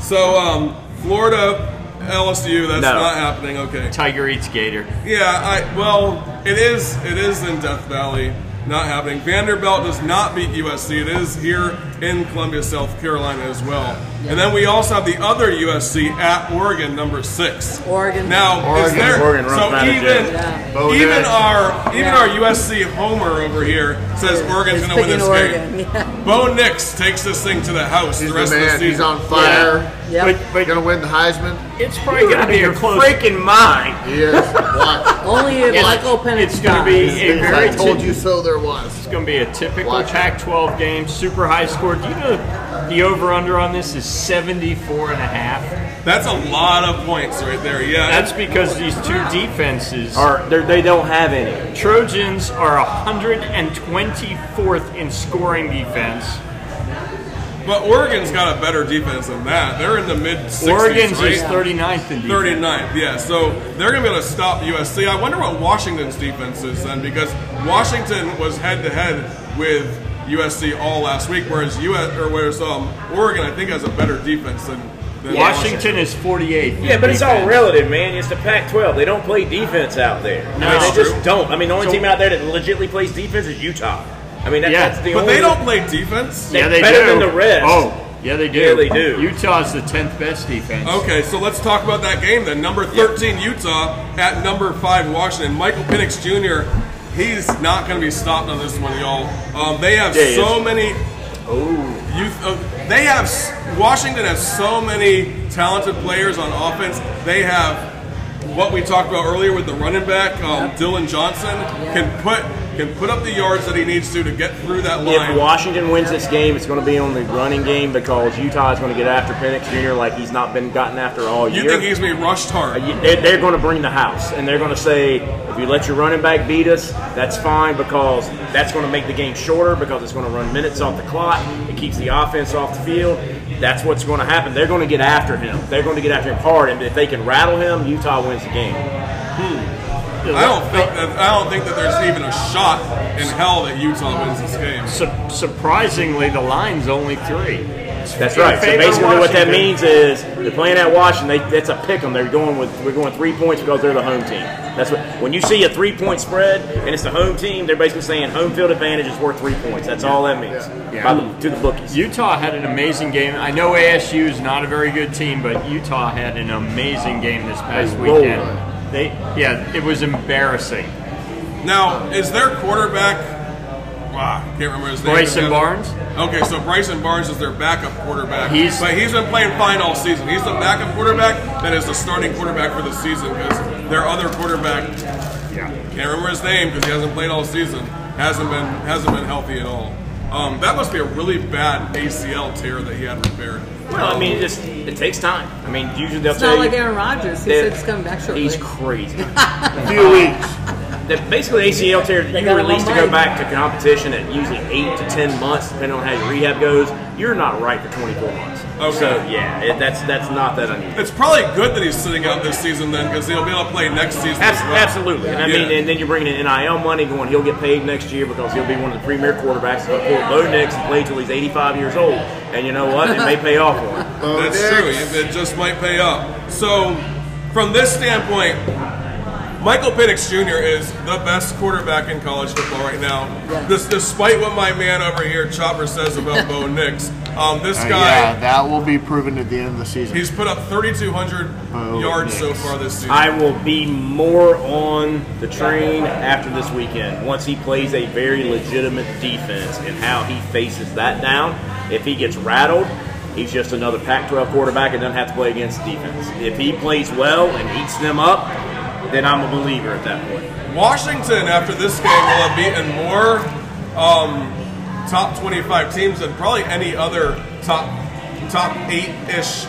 S5: So, um, Florida, LSU, that's
S7: No.
S5: not happening. Okay.
S9: Tiger eats Gator.
S5: Yeah, I well, it is it is in Death Valley, not happening. Vanderbilt does not beat USC. It is here in Columbia, South Carolina as well. And then we also have the other USC at Oregon, number six.
S8: Oregon.
S5: Now, is
S10: Oregon.
S5: there
S7: Oregon runs
S5: so
S7: out of
S5: even
S8: jail.
S10: Bo
S5: even
S10: Nix.
S5: our even
S8: Yeah.
S5: our USC homer over here says Oregon's
S8: It's
S5: going to win
S8: picking
S5: this
S8: Oregon.
S5: game.
S10: [laughs]
S8: Yeah.
S5: Bo Nix takes this thing to the house
S10: He's
S5: the
S10: the
S5: rest of the
S10: man.
S5: season.
S10: He's on fire.
S8: Yep.
S9: But, but
S10: Gonna win the Heisman.
S9: it's probably going to be a close.
S7: Freaking mind.
S10: He is.
S7: [laughs]
S10: Watch.
S8: [laughs] Only if
S9: It's-
S8: Michael Penix
S9: it's going to be
S8: dies.
S9: a
S10: Because
S9: very
S10: I told you so. There was.
S9: It's going to be a typical
S10: Watch it.
S9: Pac-12 game, super high score. Do you know the over/under on this is 74 and a half?
S5: That's a lot of points right there. Yeah.
S9: That's because these two defenses,
S7: Or they're- they don't have any.
S9: Trojans are 124th in scoring defense.
S5: But Oregon's got a better defense than that. They're in the mid 60s.
S9: Oregon's
S5: right?
S9: is 39th in defense.
S5: 39th, yeah. So they're going to be able to stop USC. I wonder what Washington's defense is then, because Washington was head to head with USC all last week, whereas US or whereas um, Oregon, I think, has a better defense than, than
S9: Washington is 48th. in
S7: Yeah, but it's all
S9: defense.
S7: relative, man. It's the Pac-12. They don't play defense out there. I mean,
S9: No.
S7: they just don't. I mean, the only
S9: So-
S7: team out there that legitimately plays defense is Utah. I mean, that,
S9: Yeah.
S7: that's the
S5: But
S7: only.
S5: they don't play defense.
S9: Yeah, they
S7: better
S9: do.
S7: than the rest.
S9: Oh, yeah, they do.
S7: Yeah, they do.
S9: Utah's the 10th best defense.
S5: Okay, so let's talk about that game then. Number 13, Utah, at number 5, Washington. Michael Penix Jr., he's not going to be stopped on this one, y'all. Um, they have
S7: Yeah, he
S5: so
S7: is.
S5: many. Oh. Youth, uh, they have. s- Washington has so many talented players on offense. They have what we talked about earlier with the running back, um, Dylan Johnson, can put can put up the yards that he needs to to get through that line.
S7: If Washington wins this game, it's going to be on the running game because Utah is going to get after Penix Jr. like he's not been gotten after all
S5: you
S7: year.
S5: think he's going to be rushed hard?
S7: You- They're, Uh, they're going to bring the house, and they're going to say, if you let your running back beat us, that's fine because that's going to make the game shorter because it's going to run minutes off the clock. It keeps the offense off the field. That's what's going to happen. They're going to get after him. They're going to get after him hard, and if they can rattle him, Utah wins the game.
S5: I don't think that I don't think that there's even a shot in hell that Utah wins this game.
S9: Su- surprisingly, the line's only three.
S7: That's right. So
S9: favor of
S7: basically, what that
S9: Washington.
S7: means is they're playing at Washington. They, that's a pick 'em. They're going with we're going three points because they're the home team. That's what when you see a three point spread and it's the home team, they're basically saying home field advantage is worth three points. That's all that means
S9: Yeah.
S7: By the- to the bookies.
S9: Utah had an amazing game. I know ASU is not a very good team, but Utah had an amazing game this past
S7: They rolled.
S9: weekend. They, yeah, it was embarrassing.
S5: Now, is their quarterback? Wow, I can't remember his name.
S9: Bryson Barnes?
S5: Okay, so Bryson Barnes is their backup quarterback.
S9: He's-
S5: but he's been playing fine all season. He's the backup quarterback that is the starting quarterback for the season because their other quarterback
S9: Yeah.
S5: can't remember his name because he hasn't played all season. hasn't been hasn't been healthy at all. Um, that must be a really bad ACL tear that he had repaired.
S7: Well, I mean, it just it takes time. I mean, usually they'll
S8: It's
S7: tell
S8: not like
S7: you
S8: Aaron Rodgers. He
S7: that
S8: [laughs] said it's coming back shortly.
S7: he's crazy.
S10: A few weeks.
S7: the, basically ACL tear that
S8: They
S7: you
S8: got a
S7: release to
S8: long
S7: go
S8: leg.
S7: back to competition at usually eight to ten months, depending on how your rehab goes. You're not right for 24 months.
S5: Okay.
S7: So, yeah, it, that's that's not that unusual.
S5: It's probably good that he's sitting out this season then, because he'll be able to play next season. as
S7: Abs-
S5: well.
S7: Absolutely. And I mean,
S5: Yeah.
S7: and then you're bringing in NIL money going, he'll get paid next year because he'll be one of the premier quarterbacks. He'll pull Bo Nix and play till he's 85 years old. And you know what? It may pay off
S5: [laughs]
S7: for him.
S5: That's true. It just might pay off. So, from this standpoint, Michael Penix Jr. is the best quarterback in college football right now. This, despite what my man over here Chopper says about
S10: [laughs]
S5: Bo Nix, um, this
S10: Uh,
S5: guy
S10: yeah, that will be proven at the end of the season.
S5: he's put up 3,200
S10: Bo
S5: yards so
S10: Nix.
S5: far this season.
S7: I will be more on the train after this weekend once he plays a very legitimate defense and how he faces that down. If he gets rattled, he's just another Pac 12 quarterback and doesn't have to play against defense. If he plays well and eats them up, then I'm a believer at that point.
S5: Washington after this game will have beaten more um, top 25 teams than probably any other top top eight ish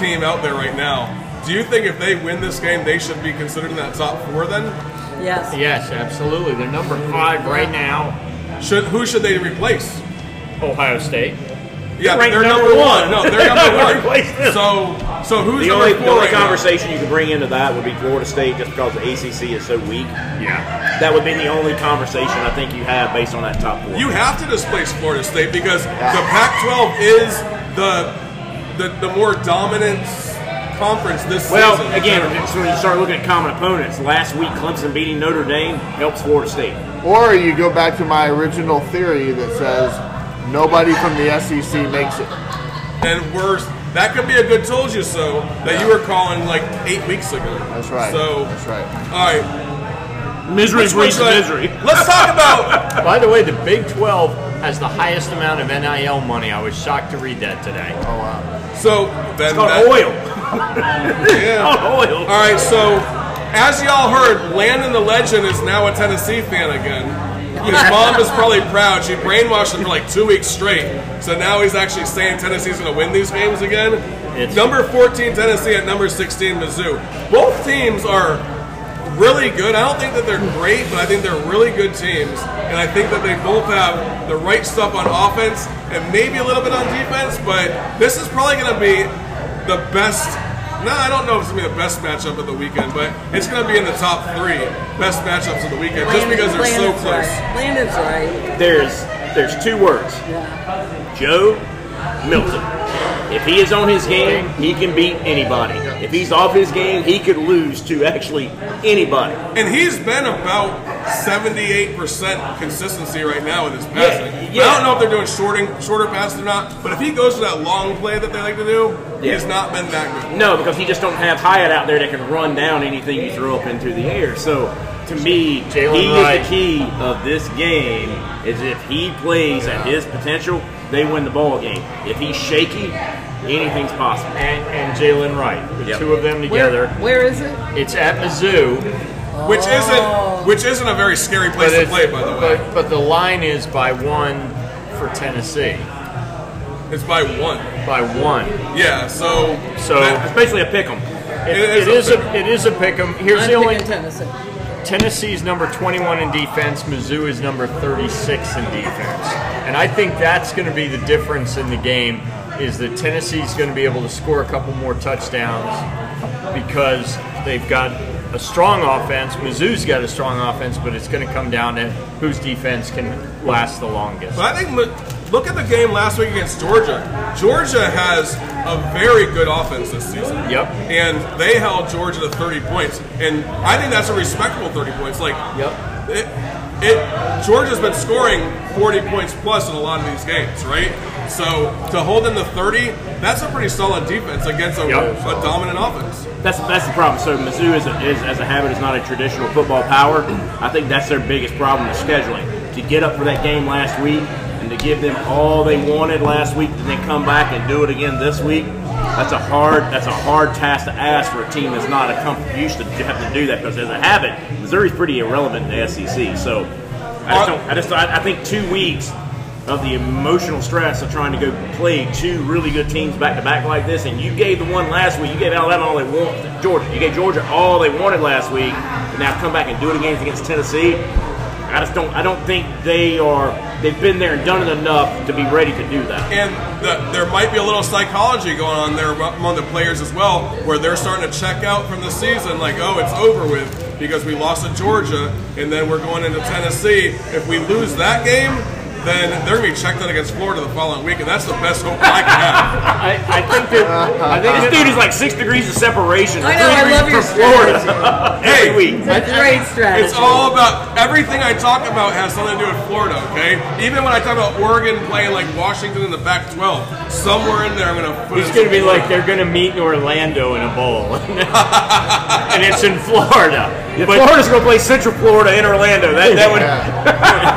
S5: team out there right now. Do you think if they win this game, they should be considered in that top four? Then
S8: Yes.
S9: Yes, absolutely. They're number five right now.
S5: should who should they replace?
S9: Ohio State.
S5: Yeah,
S7: Ranked
S5: they're number,
S7: number
S5: one.
S7: one.
S5: No, [laughs] they're number one.
S7: Replace them.
S5: so so who's
S7: The
S5: number
S7: only,
S5: four
S7: the only
S5: right now?
S7: conversation you could bring into that would be Florida State, just because the ACC is so weak.
S9: Yeah.
S7: That would be the only conversation I think you have based on that top four.
S5: You have to displace Florida State because the Pac-12 is the the, the more dominant conference this
S7: well,
S5: season. in
S7: again,
S5: general.
S7: it's when you start looking at common opponents, last week Clemson beating Notre Dame helps Florida State.
S10: Or you go back to my original theory that says nobody from the SEC makes it.
S5: and worse. That could be a good told you so that you were calling like eight weeks ago.
S10: That's right.
S5: So,
S10: That's right.
S5: all right.
S9: Misery breeds misery.
S10: [laughs]
S5: Let's
S7: [laughs]
S5: talk about.
S9: By the way, the Big 12 has the highest amount of NIL money. I was shocked to read that today.
S10: Oh,
S5: So, then
S7: It's called
S5: that-
S7: oil.
S5: Yeah.
S7: Called oil.
S5: All right. So, as y'all heard, Landon the Legend is now a Tennessee fan again.
S7: [laughs]
S5: His mom is probably proud. She brainwashed him for like two weeks straight. So now he's actually saying Tennessee's going to win these games again.
S9: It's-
S5: number 14 Tennessee at number 16 Mizzou. Both teams are really good. I don't think that they're great, but I think they're really good teams. And I think that they both have the right stuff on offense and maybe a little bit on defense, but this is probably going to be the best. No, I don't know if it's going to be the best matchup of the weekend, but it's going to be in the top three best matchups of the weekend just because they're so
S8: Landon's
S5: close.
S8: Right. Landon's right.
S7: There's there's two words. Joe Milton. If he is on his game, he can beat anybody. If he's off his game, he could lose to actually anybody.
S5: And he's been about 78% consistency right now with his passing.
S7: yeah.
S5: I don't know if they're doing shorting, shorter passes or not, but if he goes to that long play that they like to do,
S7: Yeah.
S5: he's not been that good.
S7: No, because you just don't have Hyatt out there that can run down anything you throw up into the air. So to me,
S9: Jalen
S7: he
S9: Wright.
S7: is the key of this game. Is if he plays at his potential, they win the ball game. If he's shaky, anything's possible.
S9: And, and Jalen Wright. The
S7: Yep.
S9: two of them
S8: Where,
S9: together.
S8: where is it?
S9: It's at Mizzou.
S5: Which isn't which isn't a very scary place to
S9: it's-
S5: play, by the way.
S9: But, but the line is by one for Tennessee.
S5: It's by one.
S9: By one.
S5: Yeah, so
S9: So-
S5: that-
S7: Especially a pick 'em.
S9: It,
S5: It is
S9: it
S5: a
S9: is a it is a pick'em. Here's the
S8: I'm
S9: only
S8: picking Tennessee.
S9: Tennessee's number 21 in defense. Mizzou is number 36 in defense, and I think that's going to be the difference in the game. Is that Tennessee's going to be able to score a couple more touchdowns because they've got a strong offense. Mizzou's got a strong offense, but it's going to come down to whose defense can last the longest.
S5: but I think look- look at the game last week against Georgia. Georgia has a very good offense this season.
S9: Yep.
S5: And they held Georgia to 30 points, and I think that's a respectable 30 points. Like
S9: Yep.
S5: it, it Georgia's been scoring 40 points plus in a lot of these games, right? So to hold them to 30, that's a pretty solid defense against a,
S9: Yep.
S5: a dominant offense.
S7: That's that's the problem. So Mizzou is, a, is as a habit is not a traditional football power. I think that's their biggest problem is scheduling. To get up for that game last week and to give them all they wanted last week, and then come back and do it again this week. That's a hard that's a hard task to ask for a team that's not accustomed used to have to do that because as a habit, Missouri's pretty irrelevant in the SEC. So I just don't. I just I, I think two weeks of the emotional stress of trying to go play two really good teams back to back like this. And you gave the one last week. You gave Alabama all they wanted. Georgia. You gave Georgia all they wanted last week. And now come back and do it again against Tennessee. I just don't. I don't think they are. They've been there and done it enough to be ready to do that.
S5: And the, there might be a little psychology going on there among the players as well, where they're starting to check out from the season, like, oh, it's over with because we lost to Georgia, and then we're going into Tennessee. If we lose that game, then they're going to be checked out against Florida the following week, and that's the best hope I can have.
S7: I, I think that I think this dude is like six degrees of separation.
S8: I know, I
S7: Three
S8: love
S7: degrees
S8: your
S7: from
S9: [laughs]
S7: Florida every week.
S8: It's a great strategy.
S5: It's all about everything I talk about has something to do with Florida, okay? Even when I talk about Oregon playing like Washington in the back 12, somewhere in there I'm going to put
S9: It's
S5: in some
S9: going to be
S5: Florida.
S9: like they're going to meet in Orlando in a bowl, [laughs] and it's in Florida. But,
S7: Florida's going to play Central Florida in Orlando. That, that would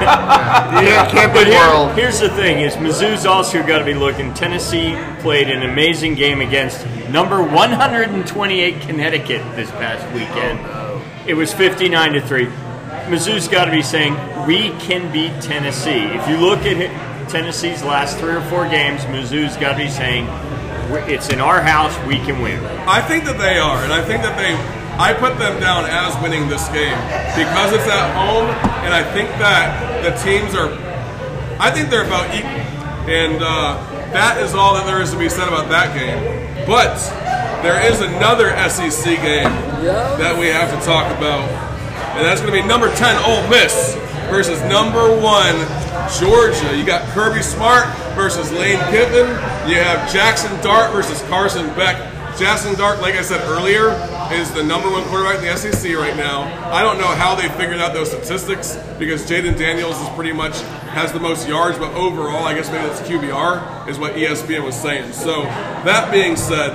S10: Yeah, can't be
S9: but here,
S10: world.
S9: here's the thing: is Mizzou's also got to be looking. Tennessee played an amazing game against number 128 Connecticut this past weekend.
S10: Oh,
S9: It was 59 to three. Mizzou's got to be saying we can beat Tennessee. If you look at it, Tennessee's last three or four games, Mizzou's got to be saying "We're- it's in our house. We can win.
S5: I think that they are, and I think that they. I put them down as winning this game because it's at home, and I think that the teams are. I think they're about equal, and uh, that is all that there is to be said about that game. But there is another SEC game that we have to talk about, and that's going to be number ten Ole Miss versus number one Georgia. You got Kirby Smart versus Lane Kiffin. You have Jackson Dart versus Carson Beck. Jackson Dart, like I said earlier, is the number one quarterback in the SEC right now. I don't know how they figured out those statistics because Jaden Daniels is pretty much has the most yards, but overall, I guess maybe that's QBR is what E ESPN was saying. So that being said,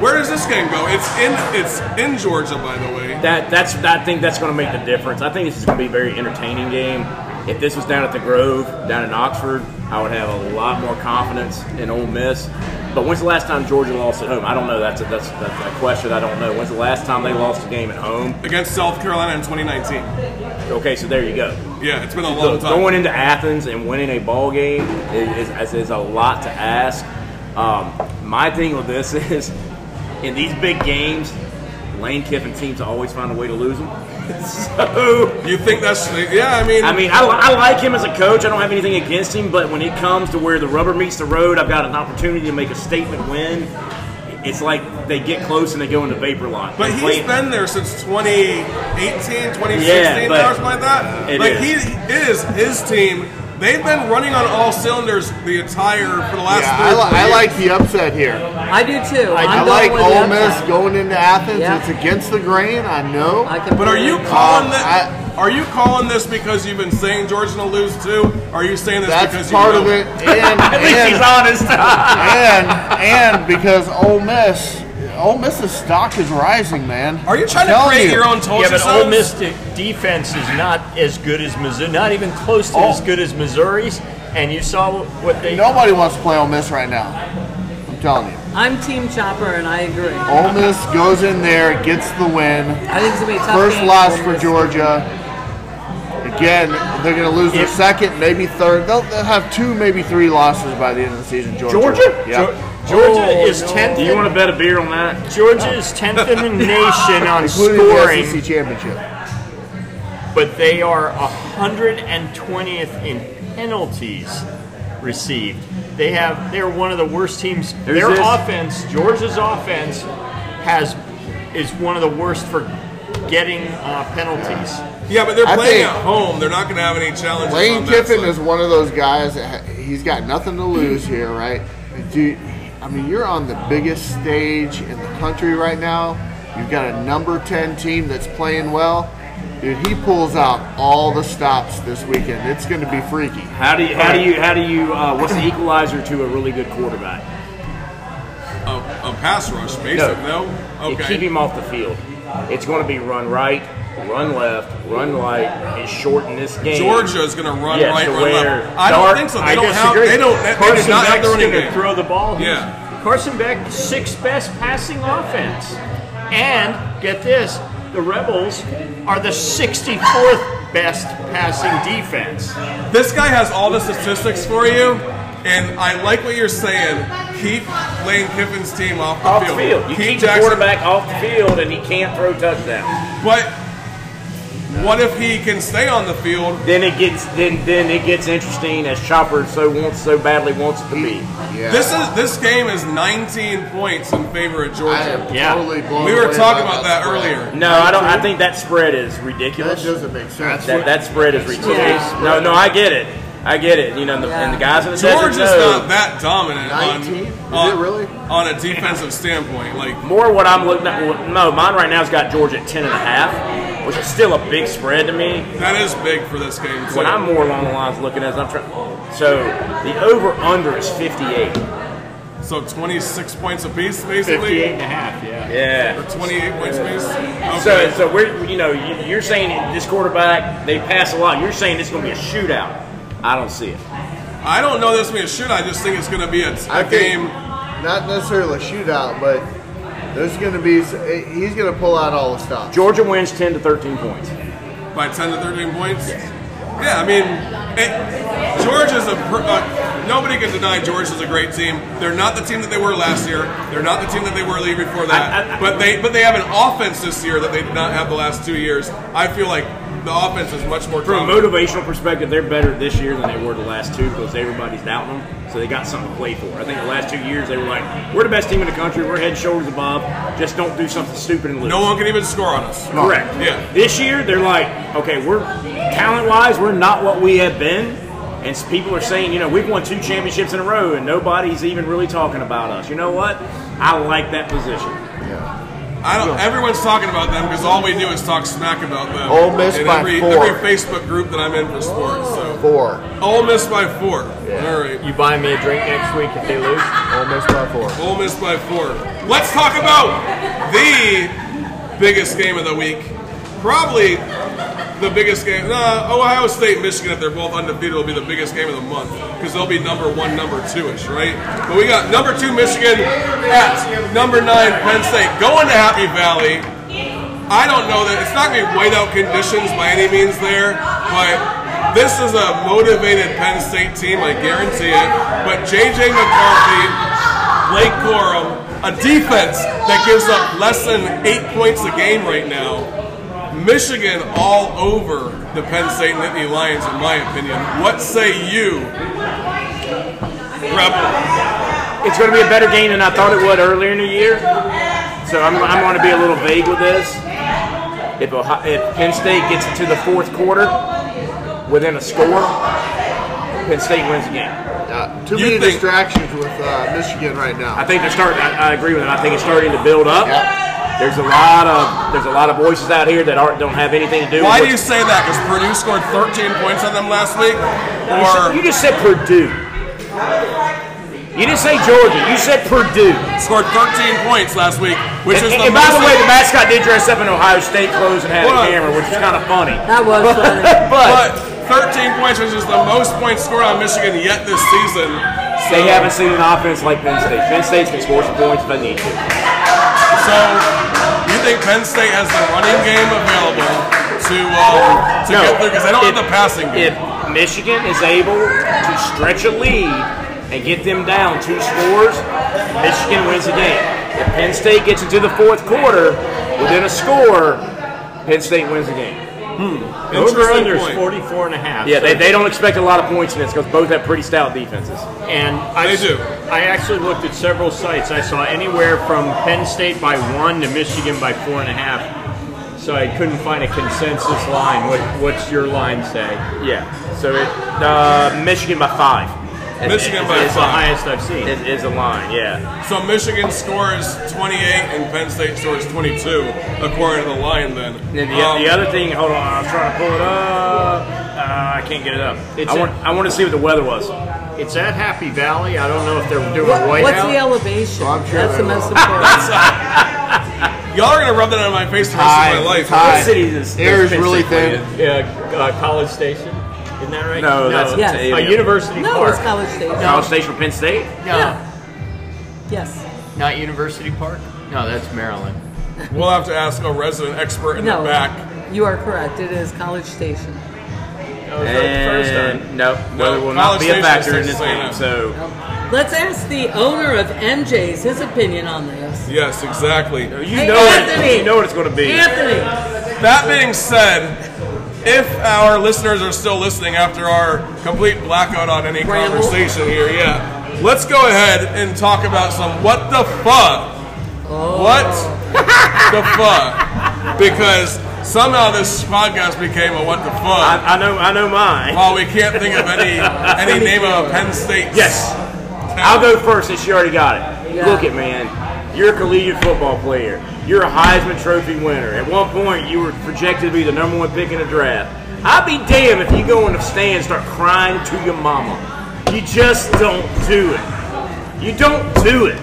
S5: where does this game go? It's in it's in Georgia, by the way.
S7: That that's I think that's going to make the difference. I think this is going to be a very entertaining game. If this was down at the Grove, down in Oxford, I would have a lot more confidence in Ole Miss. But when's the last time Georgia lost at home? I don't know. That's a, that's, that's a question I don't know. When's the last time they lost a game at home?
S5: Against South Carolina in 2019.
S7: Okay, so there you go.
S5: Yeah, it's been a
S7: So
S5: long time.
S7: going into Athens and winning a ball game is, is, is a lot to ask. Um, my thing with this [laughs] is, in these big games, Lane Kiffin teams always find a way to lose them. [laughs] so
S5: You think that's yeah? I mean,
S7: I mean, I, li- I like him as a coach. I don't have anything against him, but when it comes to where the rubber meets the road, I've got an opportunity to make a statement win. It's like they get close and they go into vapor lock.
S5: But
S7: They're
S5: he's
S7: playing-
S5: been there since 2018, 2016,
S7: Yeah, but
S5: or something like that.
S7: it
S5: like
S7: is.
S5: he, it is his team. They've been running on all cylinders the entire for the last.
S10: Yeah,
S5: three
S10: I,
S5: or four
S10: li- I
S5: years.
S10: like the upset here.
S8: I do too.
S10: I,
S8: I'm
S10: like
S8: going with the
S10: Ole Miss
S8: upset.
S10: going into Athens.
S8: Yeah.
S10: It's against the grain, I know.
S8: I can
S5: But are
S8: feel
S5: you
S8: it.
S5: calling
S10: Um,
S5: that? Are you calling this because you've been saying Georgia's gonna lose too? Are you saying this
S10: That's
S5: because
S10: part
S5: you
S10: of
S5: know
S10: it. And,
S7: [laughs] At least he's
S10: and,
S7: honest.
S10: and, [laughs] and because Ole Miss, Ole Miss's stock is rising, man.
S5: Are you trying
S10: I'm
S5: to
S10: telling
S5: create
S10: you.
S5: your own
S9: Yeah,
S5: Tulsa
S9: but Ole Miss de- defense is not as good as Missouri, not even close
S10: Oh.
S9: to as good as Missouri's. And you saw what they.
S10: Nobody wants to play Ole Miss right now. I'm telling you.
S8: I'm Team Chopper, and I agree.
S10: Ole Miss goes in there, gets the win.
S8: I think it's gonna be a tough
S10: First
S8: game
S10: loss
S8: Ole
S10: for
S8: Miss.
S10: Georgia. Again, they're going to lose their
S9: If-
S10: second, maybe third. They'll, they'll have two, maybe three losses by the end of the season. Georgia.
S9: Georgia?
S10: Yeah.
S9: Ge- Georgia is
S8: Oh,
S9: tenth.
S7: Do you want to bet a beer on that?
S9: Georgia
S10: [laughs]
S9: is tenth in the nation on
S10: Including
S9: scoring,
S10: the SEC championship.
S9: but they are hundred and twentieth in penalties received. They have. They're one of the worst teams. Their
S7: this?
S9: offense, Georgia's offense, has is one of the worst for getting uh, penalties.
S5: Yeah, but they're
S10: I
S5: playing
S10: think-
S5: at home. They're not gonna have any challenges.
S10: Lane
S5: on that
S10: Kiffin
S5: side.
S10: is one of those guys that ha- he's got nothing to lose here, right? Dude, I mean, you're on the biggest stage in the country right now. You've got a number 10 team that's playing well. Dude, he pulls out all the stops this weekend. It's going to be freaky.
S7: How do you? How do you? How do you? Uh, what's the equalizer to a really good quarterback?
S5: a, a pass rush, basic. No,
S7: You keep
S5: okay.
S7: him off the field. It's going to be run right, run left, run right, and shorten this game.
S5: Georgia is gonna run
S7: Yes,
S5: right,
S7: to
S5: run
S7: where
S5: left. I don't
S7: Dart-
S5: think so. They
S9: I
S5: don't have.
S9: disagree.
S5: They don't. They, they do
S9: Carson
S5: not have
S9: Beck's
S5: the running
S9: gonna
S5: game.
S9: throw the ball. He's-
S5: Yeah.
S9: Carson Beck, sixth best passing offense, and get this: the Rebels are the 64th best passing defense.
S5: This guy has all the statistics for you, and I like what you're saying. keep Lane Kiffin's team off the
S7: off the
S5: field.
S7: field. You
S5: Keith
S7: keep the quarterback off the field, and he can't throw touchdowns.
S5: But what if he can stay on the field?
S7: Then it gets then then it gets interesting as Chopper so wants so badly wants it to be.
S5: This is this game is 19 points in favor of Georgia.
S10: I am
S9: Yeah.
S10: totally blown
S5: we were
S10: away
S5: talking
S10: by
S5: about that
S10: spread.
S5: earlier.
S7: No, I don't. I think that spread is
S10: That
S7: ridiculous.
S10: doesn't make sense.
S7: That, that spread is ridiculous. No, no, I get it. I get it. You know, and the, and the guys in the
S5: Georgia's
S7: desert know.
S5: not that dominant
S10: 19? Is
S5: on, on
S10: it really?
S5: on a defensive standpoint. Like
S7: More what I'm looking at. well, No, mine right now's got Georgia at ten and a half, which is still a big spread to me.
S5: that is big for this game. Too.
S7: What I'm more along the lines looking at is I'm trying. So the over under is 58.
S5: so 26 points apiece,
S9: 58
S5: basically,
S9: and a half, yeah.
S5: or
S7: Yeah.
S5: 28 points apiece. Okay.
S7: So so we're you know you- you're saying this quarterback they pass a lot. You're saying it's going to be a shootout. I don't see it.
S5: I don't know this will be a shoot. I just think it's going to be a a
S10: I
S5: game.
S10: think not necessarily a shootout, but there's going to be he's going to pull out all the stops.
S7: Georgia wins 10 to 13 points.
S5: by 10 to 13 points? Yeah, I mean, it, Georgia's a. pr- Uh, nobody can deny Georgia's a great team. They're not the team that they were last year. They're not the team that they were the year before that.
S7: I- I-
S5: but they but they have an offense this year that they did not have the last two years. I feel like the offense is much more.
S7: From a
S5: dominant.
S7: motivational perspective, they're better this year than they were the last two because everybody's doubting them. So they got something to play for. I think the last two years they were like, we're the best team in the country. We're head and shoulders above. Just don't do something stupid and lose.
S5: no one can even score on us.
S7: Correct.
S5: Yeah.
S7: This year they're like, okay, we're talent wise, we're not what we have been. And s- people are saying, you know, we've won two championships in a row and nobody's even really talking about us. You know what? I like that position.
S5: I don't. Everyone's talking about them because all we do is talk smack about them.
S10: Ole Miss
S5: in
S10: by
S5: every,
S10: four.
S5: every Facebook group that I'm in for sports. So
S10: Four.
S5: Ole Miss by four. All right.
S9: You buy me a drink next week if they lose?
S10: Ole Miss by four.
S5: Ole Miss by four. Let's talk about the biggest game of the week. Probably the biggest game. Uh, Ohio State, Michigan, if they're both undefeated, will be the biggest game of the month because they'll be number one, number two ish, right? But we got number two Michigan at number nine Penn State going to Happy Valley. I don't know that it's not going to be whiteout conditions by any means there, but this is a motivated Penn State team, I guarantee it. But JJ McCarthy, Blake Corum, a defense that gives up less than eight points a game right now. Michigan all over the Penn State Nittany Lions, in my opinion. What say you, Rebel?
S7: it's going to be a better game than I thought it would earlier in the year. So I'm, I'm going to be a little vague with this. If, Ohio, if Penn State gets to the fourth quarter within a score, Penn State wins the game.
S10: Uh, too
S5: You
S10: many
S5: think-
S10: distractions with uh, Michigan right
S7: I
S10: now.
S7: think they're starting. I, I agree with it. I think it's starting to build up.
S10: Yep.
S7: There's a lot of there's a lot of voices out here that aren't don't have anything to do.
S5: Why do
S7: with
S5: you say that? Because Purdue scored 13 points on them last week?
S7: You said- you
S5: Or
S7: just said Purdue. You didn't say Georgia. You said Purdue.
S5: scored 13 points last week, which
S7: And,
S5: is
S7: and-
S5: the
S7: and by the
S5: most-
S7: way, the mascot did dress up in Ohio State clothes and had
S5: Hold
S7: a
S5: on.
S7: camera, which is kind of funny.
S8: That was funny.
S7: [laughs] But,
S5: But 13 points, which is the most points scored on Michigan yet this season. So,
S7: they haven't seen an offense like Penn State. Penn State's can score some points if they need to.
S5: So, you think Penn State has the running game available to um, to get through because they don't
S7: if,
S5: have the passing game?
S7: If Michigan is able to stretch a lead and get them down two scores, Michigan wins the game. If Penn State gets into the fourth quarter within a score, Penn State wins the game.
S9: Over
S5: Hmm. Interesting
S9: under is
S5: point.
S9: 44 and a half.
S7: Yeah,
S9: so
S7: they, they don't expect a lot of points in this because both have pretty stout defenses.
S9: And I,
S5: They do.
S9: I actually looked at several sites. I saw anywhere from Penn State by one to Michigan by four and a half. So I couldn't find a consensus line. What, what's your line say?
S7: Yeah. So it uh, Michigan by five.
S5: Michigan by
S9: It's the
S5: five.
S9: highest I've seen.
S7: Is, is a line, yeah.
S5: So Michigan scores 28 and Penn State scores 22, according to the line. Then
S7: And then the,
S5: Um,
S7: the other thing, hold on, I'm trying to pull it up. Uh, I can't get it up.
S9: It's
S7: I
S9: a-
S7: want, I want to see what the weather was.
S9: It's at Happy Valley. I don't know if they're doing
S8: What-
S9: whiteout.
S8: what's the elevation?
S10: I'm sure
S8: That's
S10: they
S8: the most
S10: will.
S8: important.
S5: [laughs] y'all are gonna rub that on my face the rest
S10: Tie,
S5: of my life.
S10: tie.
S7: What city is
S10: Air is really thin.
S9: uh, uh, College Station? Isn't that right?
S7: No, that's
S8: Yes.
S9: a University
S8: no,
S9: Park.
S8: it's College State.
S7: College Station from Penn State.
S8: Yeah. Yes.
S12: Not University Park? No, that's Maryland.
S5: We'll have to ask a resident expert in
S8: No.
S5: the back.
S8: You are correct. It is College Station.
S9: That was the first time.
S7: no,
S5: No,
S7: weather will
S5: College
S7: not be a
S5: Station
S7: factor
S5: is
S7: in this
S5: Texas
S7: game.
S5: A&M.
S7: So
S8: Let's ask the owner of MJ's his opinion on this.
S5: Yes, exactly.
S7: You
S8: Hey, know it. Anthony. You know
S7: what it's going to be.
S8: Anthony.
S5: That being said, if our listeners are still listening after our complete blackout on any
S8: Ramble.
S5: conversation here, yeah, let's go ahead and talk about some what the fuck. What the fuck? Because somehow this podcast became a what the fuck.
S7: I, I know, I know mine.
S5: While we can't think of any any name of Penn State.
S7: Yes. I'll go first since you already got it.
S5: Yeah.
S7: Look it, man. You're a collegiate football player. You're a Heisman Trophy winner. At one point, you were projected to be the number one pick in the draft. I'd be damned if you go in the stand and start crying to your mama. You just don't do it. You don't do it.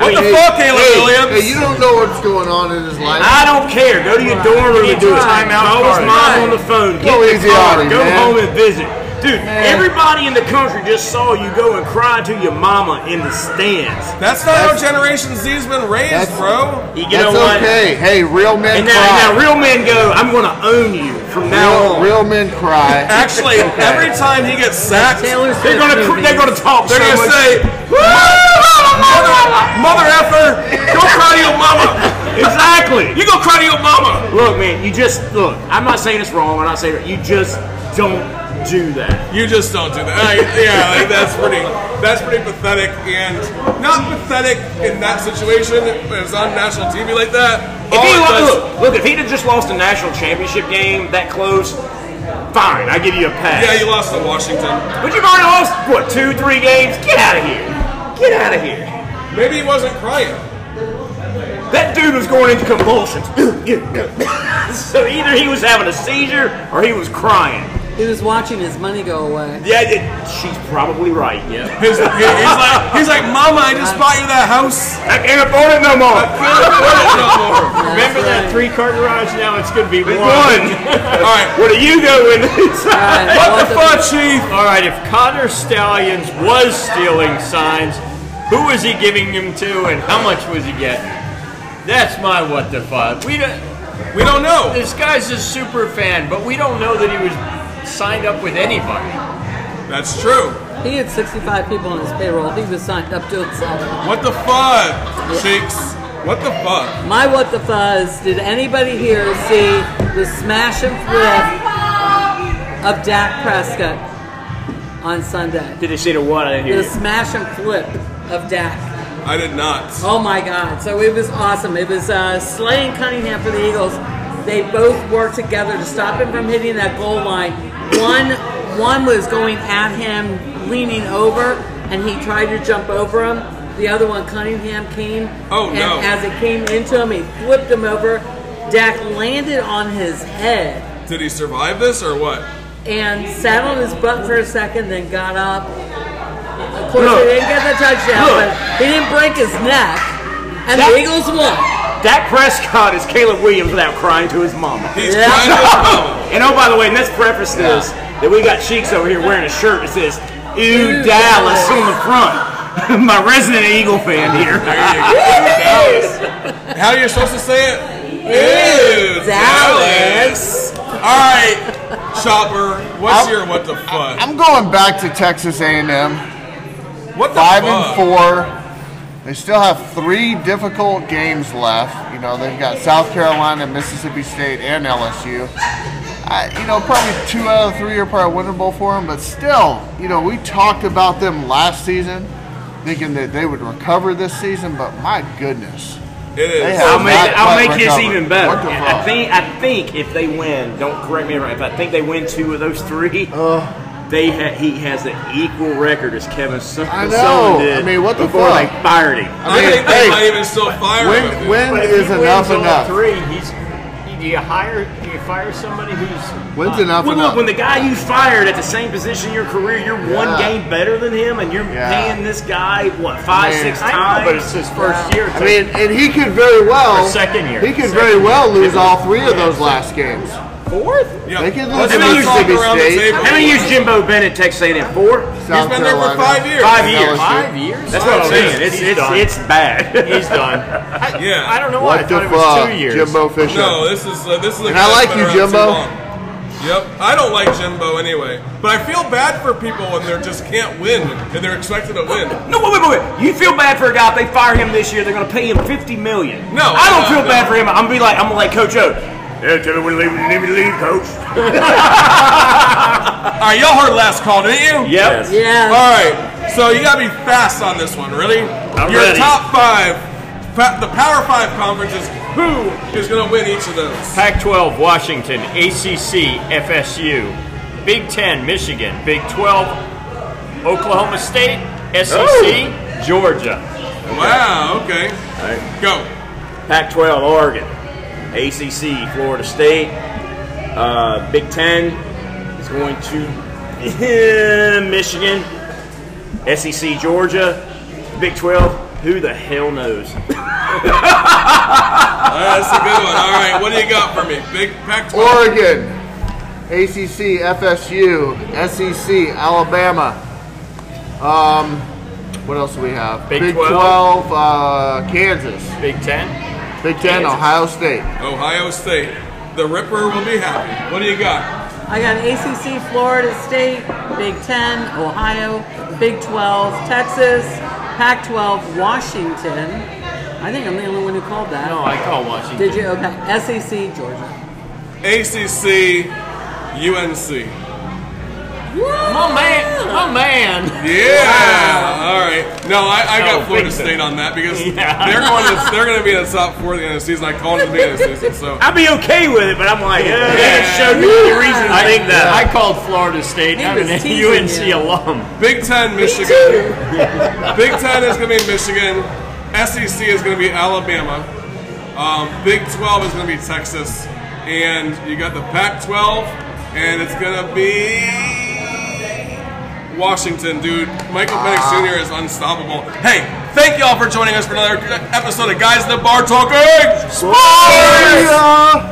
S10: What the fuck, Caleb Williams? Hey, you don't know what's going on in his life.
S7: I don't care. Go to your dorm room and do it. Call his mom on the phone. Get
S10: Go
S7: the
S10: easy
S7: car.
S10: on him,
S7: Go
S10: man.
S7: home and visit. Dude, everybody in the country just saw you go and cry to your mama in the stands.
S5: That's not how Generation Z's been raised, bro.
S7: You know what?
S10: Hey, real men
S7: And now,
S10: cry.
S7: now real men go, I'm going to own you from now on.
S10: real, real men cry.
S5: Actually,
S10: Okay.
S5: every time he gets sacked,
S7: They're going to they're going to talk.
S5: They're
S7: so
S5: gonna
S7: much.
S5: say, "Mother, mother effer, go cry to your mama."
S7: Exactly.
S5: You go cry to your mama.
S7: Look, man, you just look. I'm not saying it's wrong. I'm not saying it. You just don't do that.
S5: You just don't do that. I, yeah, like that's pretty. That's pretty pathetic, and not pathetic in that situation. But it's on national TV like that.
S7: If
S5: All
S7: he
S5: it
S7: look,
S5: does-
S7: look, look, if he'd have just lost a national championship game that close, fine, I give you a pass.
S5: yeah, you lost to Washington.
S7: But you've already lost what two, three games? Get out of here! Get out of here!
S5: Maybe he wasn't crying.
S7: That dude was going into convulsions. [coughs] so either he was having a seizure or he was crying.
S8: He was watching his money go away.
S7: Yeah, it, she's probably right. Yeah.
S5: His, he- he's [laughs] like, he's like, Mama, I just bought you that house.
S7: I can't afford it no more.
S5: I can't afford it no more.
S9: Remember that three car garage? Now it's going to be one.
S7: One.
S5: All right,
S7: What are you going? [laughs]
S5: what the fuck, Chief?
S9: All right, if Connor Stallions was stealing signs, who was he giving them to, and how much was he getting? That's my what the fuck. We don't.
S5: We don't know.
S9: This guy's a super fan, but we don't know that he was signed up with anybody.
S5: That's true.
S8: He had 65 people on his payroll. He was signed up to himself.
S5: What the fuck, Cheeks? What the fuck?
S8: My what the fuzz? Did anybody here see the smash and flip of Dak Prescott on Sunday?
S7: Did they say the what? I didn't hear.
S8: The
S7: you.
S8: smash and flip of Dak.
S5: I did not.
S8: Oh my God! So it was awesome. It was uh, Slay and Cunningham for the Eagles. They both worked together to stop him from hitting that goal line. One, one was going at him, leaning over, and he tried to jump over him. The other one, Cunningham, came.
S5: Oh,
S8: and
S5: no.
S8: As it came into him, he flipped him over. Dak landed on his head
S5: Did he survive this or what?
S8: and sat on his butt for a second, then got up. Of course,
S7: Look.
S8: he didn't get the touchdown,
S7: Look.
S8: but he didn't break his neck, and
S7: That-
S8: the Eagles won.
S7: Dak Prescott is Caleb Williams without crying to his mama.
S5: He's
S8: Yeah.
S5: crying to his mama.
S7: [laughs] And oh, by the way, and let's preface this that we got Cheeks over here wearing a shirt that says "Ew Dallas" on the front. [laughs] My resident Eagle fan here. [laughs]
S5: How are you supposed to say it? Ew,
S8: Dallas.
S5: All right, Chopper. What's your what the fuck?
S10: I'm going back to Texas A&M.
S5: what the
S10: Five and
S5: fuck?
S10: four. They still have three difficult games left. You know they've got South Carolina, Mississippi State, and LSU. I, you know probably two out of three are probably winnable for them, but still, you know we talked about them last season, thinking that they would recover this season, but my goodness,
S5: It
S10: They
S5: is.
S10: have-
S7: I'll make
S10: Not
S7: I'll
S10: quite
S7: make this
S10: recovered.
S7: even better.
S10: What the
S7: And I
S10: fuck?
S7: think I think if they win, don't correct me if I'm right. If I think they win two of those three,
S10: Uh.
S7: they ha- he has an equal record as Kevin Sun-
S10: I know.
S7: Sumlin did
S10: I mean, what the
S7: before
S10: fuck?
S7: they fired him.
S5: I, think they might even still fire
S10: when
S5: him.
S10: when
S9: But if
S10: is
S9: he
S10: enough
S9: wins all
S10: enough?
S9: Three. He's. Do you hire? Do you fire somebody who's? uh,
S10: When's enough
S7: Well,
S10: enough?
S7: look, when the guy you fired at the same position in your career, you're one
S10: Yeah.
S7: game better than him, and you're
S10: Yeah.
S7: paying this guy what five,
S10: Man.
S7: six
S9: I
S7: times.
S9: know, but it's his first year.
S10: I mean, and he could very well
S9: Or second year.
S10: He could
S9: Second
S10: very well lose
S9: Yeah.
S10: all three of those last games.
S7: fourth.
S5: Yeah.
S10: They can
S5: Let's
S10: lose to
S5: not talk
S10: Mississippi
S5: around the
S10: State.
S5: table.
S7: How many years Jimbo Bennett Texas A&M? Four.
S10: South
S5: He's been there for
S10: Carolina.
S5: five years.
S7: Five years.
S10: LSU.
S7: Five
S9: years.
S7: That's what I'm saying. It's
S9: He's
S7: it's,
S9: done.
S7: it's bad.
S9: He's done. I,
S5: Yeah.
S9: I don't know why.
S10: What
S9: I
S10: the
S9: thought it was
S10: fuck,
S9: two years.
S10: Jimbo Fisher?
S5: No, this is uh, this is. a
S10: And
S5: guy
S10: I like
S5: that's been
S10: you,
S5: around too
S10: Jimbo.
S5: long. Yep, I don't like Jimbo anyway, but I feel bad for people when they just can't win and they're expected to win.
S7: No, wait, wait, wait. You feel bad for a guy if they fire him this year, they're gonna pay him fifty million.
S5: No,
S7: I don't
S5: no,
S7: feel
S5: no.
S7: bad for him. I'm gonna be like, I'm gonna like Coach O. Yeah, tell me when to leave, when to leave, when to leave, Coach.
S5: All right, y'all heard last call, didn't you?
S7: Yep. Yes. Yes.
S5: All right, so you gotta be fast on this one. Really?
S7: I'm
S5: Your
S7: ready.
S5: top five, pa- the Power Five conferences. Who is gonna win each of those?
S9: Pac 12, Washington, ACC, FSU, Big 10, Michigan, Big 12, Oklahoma State, E SEC,
S10: Oh!
S9: Georgia.
S5: Wow, okay. Go.
S7: Pac 12, Oregon. ACC, Florida State. Uh, Big Ten is going to Michigan. SEC, Georgia. Big 12, who the hell knows?
S5: That's a good one. All right, what do you got for me? Big Pac 12.
S10: Oregon, ACC, FSU, SEC, E Alabama. Um, what else do we have?
S9: Big 12.
S10: 12, uh, Kansas.
S9: Big 10.
S10: Big 10,
S5: Kansas.
S10: Ohio State.
S5: Ohio State. The Ripper will be happy. What do you got?
S8: I got ACC, Florida State, Big Ten, Ohio, Big 12, Texas, Pac 12, Washington. I think I'm the only one who called that.
S12: No, I call Washington.
S8: Did you? Okay. SEC, Georgia.
S5: ACC, UNC.
S12: My man, my man.
S5: Yeah. All right. No, I, I
S12: Oh,
S5: got Florida
S12: big thing.
S5: State on that
S7: [laughs]
S5: because
S12: Yeah.
S5: they're going to they're going to be in the top four at the end of the season. I called it at the beginning of the season. So
S7: I'd be okay with it, but I'm like, yeah, that showed me any reason to think that.
S12: I called Florida State.
S7: He
S12: I'm an
S7: was teasing
S12: UNC
S7: you.
S12: alum.
S5: Big Ten, Michigan. Big Ten is going to be Michigan. SEC is going to be Alabama. Um, Big Twelve is going to be Texas, and you got the Pac-12, and it's going to be Washington, dude. Michael Penix Jr. is unstoppable. Hey, thank y'all for joining us for another episode of Guys in the Bar Talking Sports.